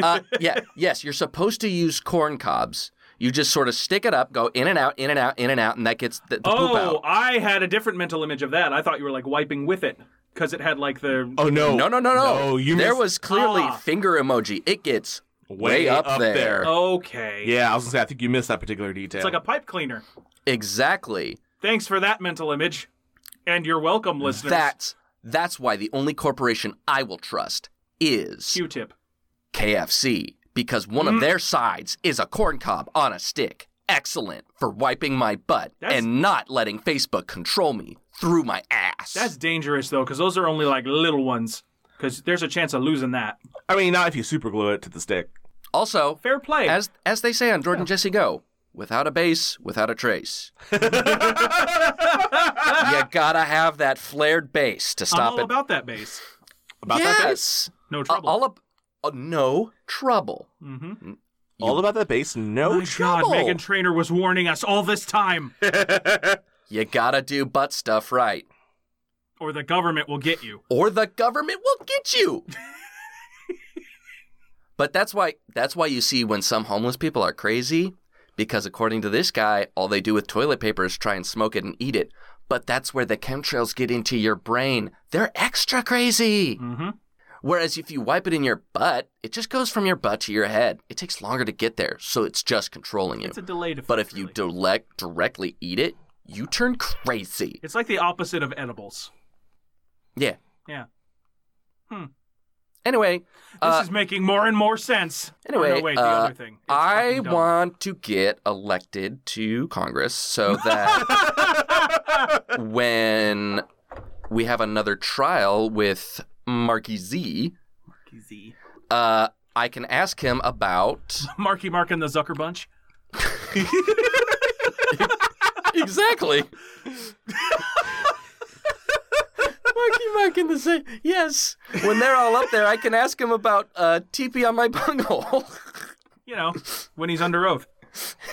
Uh, yeah, yes. You're supposed to use corn cobs. You just sort of stick it up, go in and out, in and out, in and out, and that gets the, the poop
Oh,
out.
I had a different mental image of that. I thought you were like wiping with it because it had like the.
Oh no.
No, no, no, no.
No, you
there
missed-
was clearly
Ah.
finger emoji. It gets
Way
up,
up
there.
there.
Okay.
Yeah, I was gonna say I think you missed that particular detail.
Oh. It's like a pipe cleaner.
Exactly.
Thanks for that mental image. And you're welcome, listeners.
That's that's why the only corporation I will trust is
Q-tip.
KFC because one of their sides is a corn cob on a stick. Excellent for wiping my butt
That's-
and not letting Facebook control me through my ass.
That's dangerous though, because those are only like little ones. Because there's a chance of losing that.
I mean, not if you super glue it to the stick.
also
Fair play.
as as they say on Jordan Jesse Go, without a base, without a trace. you gotta have that flared base to
I'm
stop
all
it.
about that base.
About
yes.
that base.
No
Uh,
trouble.
all ab- uh, no trouble.
mm-hmm.
All about that base. No.
My
trouble.
God, Megan Trainer was warning us all this time,
You gotta do butt stuff right,
or the government will get you.
or the government will get you. but that's why that's why you see when some homeless people are crazy, because according to this guy, all they do with toilet paper is try and smoke it and eat it. But that's where the chemtrails get into your brain. They're extra crazy.
Mm-hmm.
Whereas if you wipe it in your butt, it just goes from your butt to your head. It takes longer to get there, so it's just controlling you.
It's a delayed effect.
But if you
really.
direct directly eat it, you turn crazy.
it's like the opposite of edibles.
Yeah.
Yeah. Hmm.
Anyway,
This
uh,
is making more and more sense. Oh,
anyway,
no, wait, the
uh,
other thing. It's
I
fucking dumb.
want to get elected to Congress so that when we have another trial with Marky Z,
Easy.
uh, I can ask him about
Marky Mark and the Zucker Bunch.
exactly. Marky Mark in the same. Yes. When they're all up there, I can ask him about uh, TP on my bunghole.
You know, when he's under oath.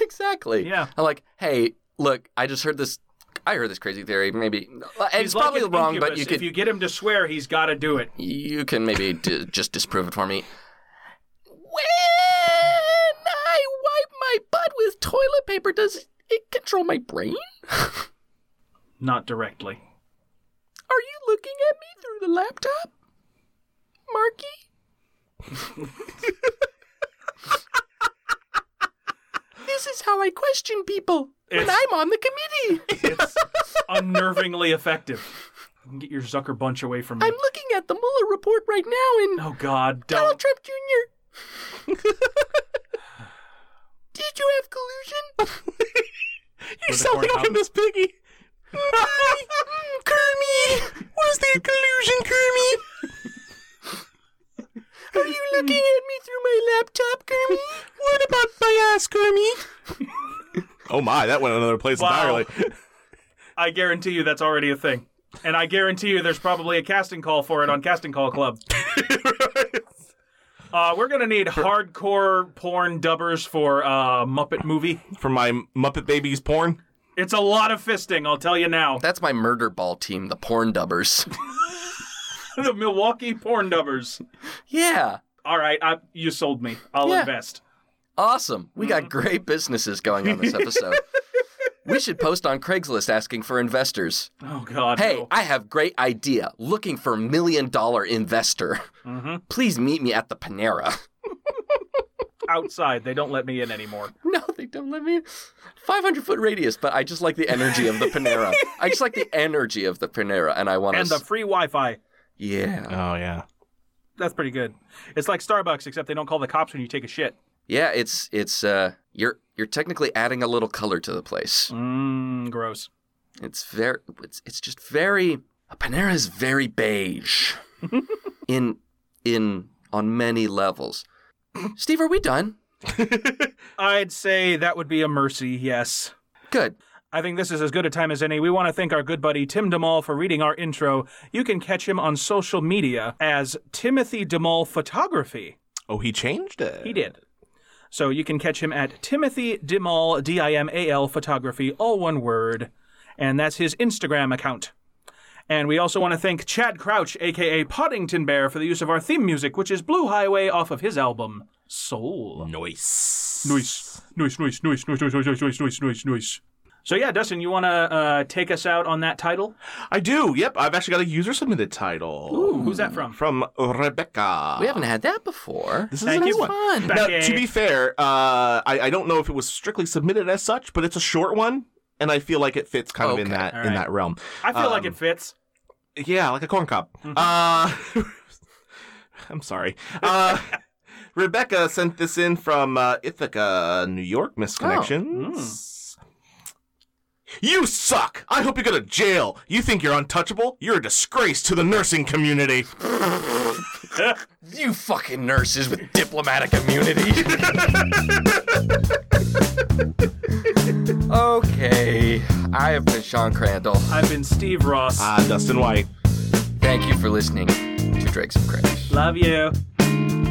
exactly.
Yeah.
I'm like, hey, look, I just heard this. I heard this crazy theory. Maybe it's
He's like
probably
an
wrong, but
incubus.
you could
If you get him to swear, he's got to do it.
you can maybe d- just disprove it for me. toilet paper does it control my brain?
Not directly.
Are you looking at me through the laptop, Marky? this is how I question people when
It's-
I'm on the committee.
It's unnervingly effective. You can get your Zucker bunch away from me.
I'm looking at the Mueller report right now, and
Oh God,
Donald Trump
don't.
Jr. Did you have collusion?
You're sounding like a Miss Piggy.
Mm, Kermit, was there collusion, Kermit? Are you looking at me through my laptop, Kermit? What about my ass, Kermit?
Oh my, that went another place
Wow.
entirely.
I guarantee you that's already a thing, and I guarantee you there's probably a casting call for it on Casting Call Club. Uh, we're gonna need hardcore porn dubbers for uh, Muppet movie.
For my Muppet Babies porn.
It's a lot of fisting, I'll tell you now.
That's my murder ball team, the porn dubbers.
the Milwaukee porn dubbers.
yeah,
All right, I, you sold me. I'll
Yeah.
invest.
awesome. We got
Mm-hmm.
great businesses going on this episode. we should post on Craigslist asking for investors.
Oh God.
Hey,
no.
I have great idea. Looking for million dollar investor.
Mm-hmm.
Please meet me at the Panera.
outside. They don't let me in anymore.
No, they don't let me. 500 foot radius, but I just like the energy of the Panera. I just like the energy of the Panera, and I want
And the
to.
free Wi-Fi.
Yeah.
Oh yeah.
That's pretty good. It's like Starbucks, except they don't call the cops when you take a shit.
Yeah, it's it's uh you're you're technically adding a little color to the place.
Mmm, gross.
It's very it's it's just very a Panera is very beige. in in on many levels. Steve, are we done?
I'd say that would be a mercy, yes.
Good.
I think this is as good a time as any. We want to thank our good buddy Tim DeMall for reading our intro. You can catch him on social media as Timothy DeMall Photography.
Oh, he changed it.
He did. So you can catch him at Timothy Dimal, D I M A L Photography, all one word. And that's his Instagram account. And we also want to thank Chad Crouch, aka Poddington Bear, for the use of our theme music, which is Blue Highway off of his album Soul.
Nice.
Noise, noise, noise, noise, noise, noise, noise, noise, noise, noise, noise. So yeah, Dustin, you want to uh, take us out on that title?
I do. Yep. I've actually got a user submitted title.
Ooh, who's that from?
From Rebecca.
We haven't had that before.
This is
Thank
a
you.
nice one.
Fun.
Back
Now,
in.
to be fair, uh, I, I don't know if it was strictly submitted as such, but it's a short one, and I feel like it fits kind of in
Okay,
that
all
in
right.
that realm.
I feel like
Um,
it fits.
Yeah, like a corn cob.
Mm-hmm.
Uh, I'm sorry. Uh, Rebecca sent this in from uh, Ithaca, New York.
Oh,
Misconnections.
hmm.
You suck! I hope you go to jail. You think you're untouchable? You're a disgrace to the nursing community.
You fucking nurses with diplomatic immunity. okay. I have been Sean Crandall.
I've been Steve Ross.
uh, Ah, Dustin White.
Thank you for listening to Drakes and Craigs.
Love you.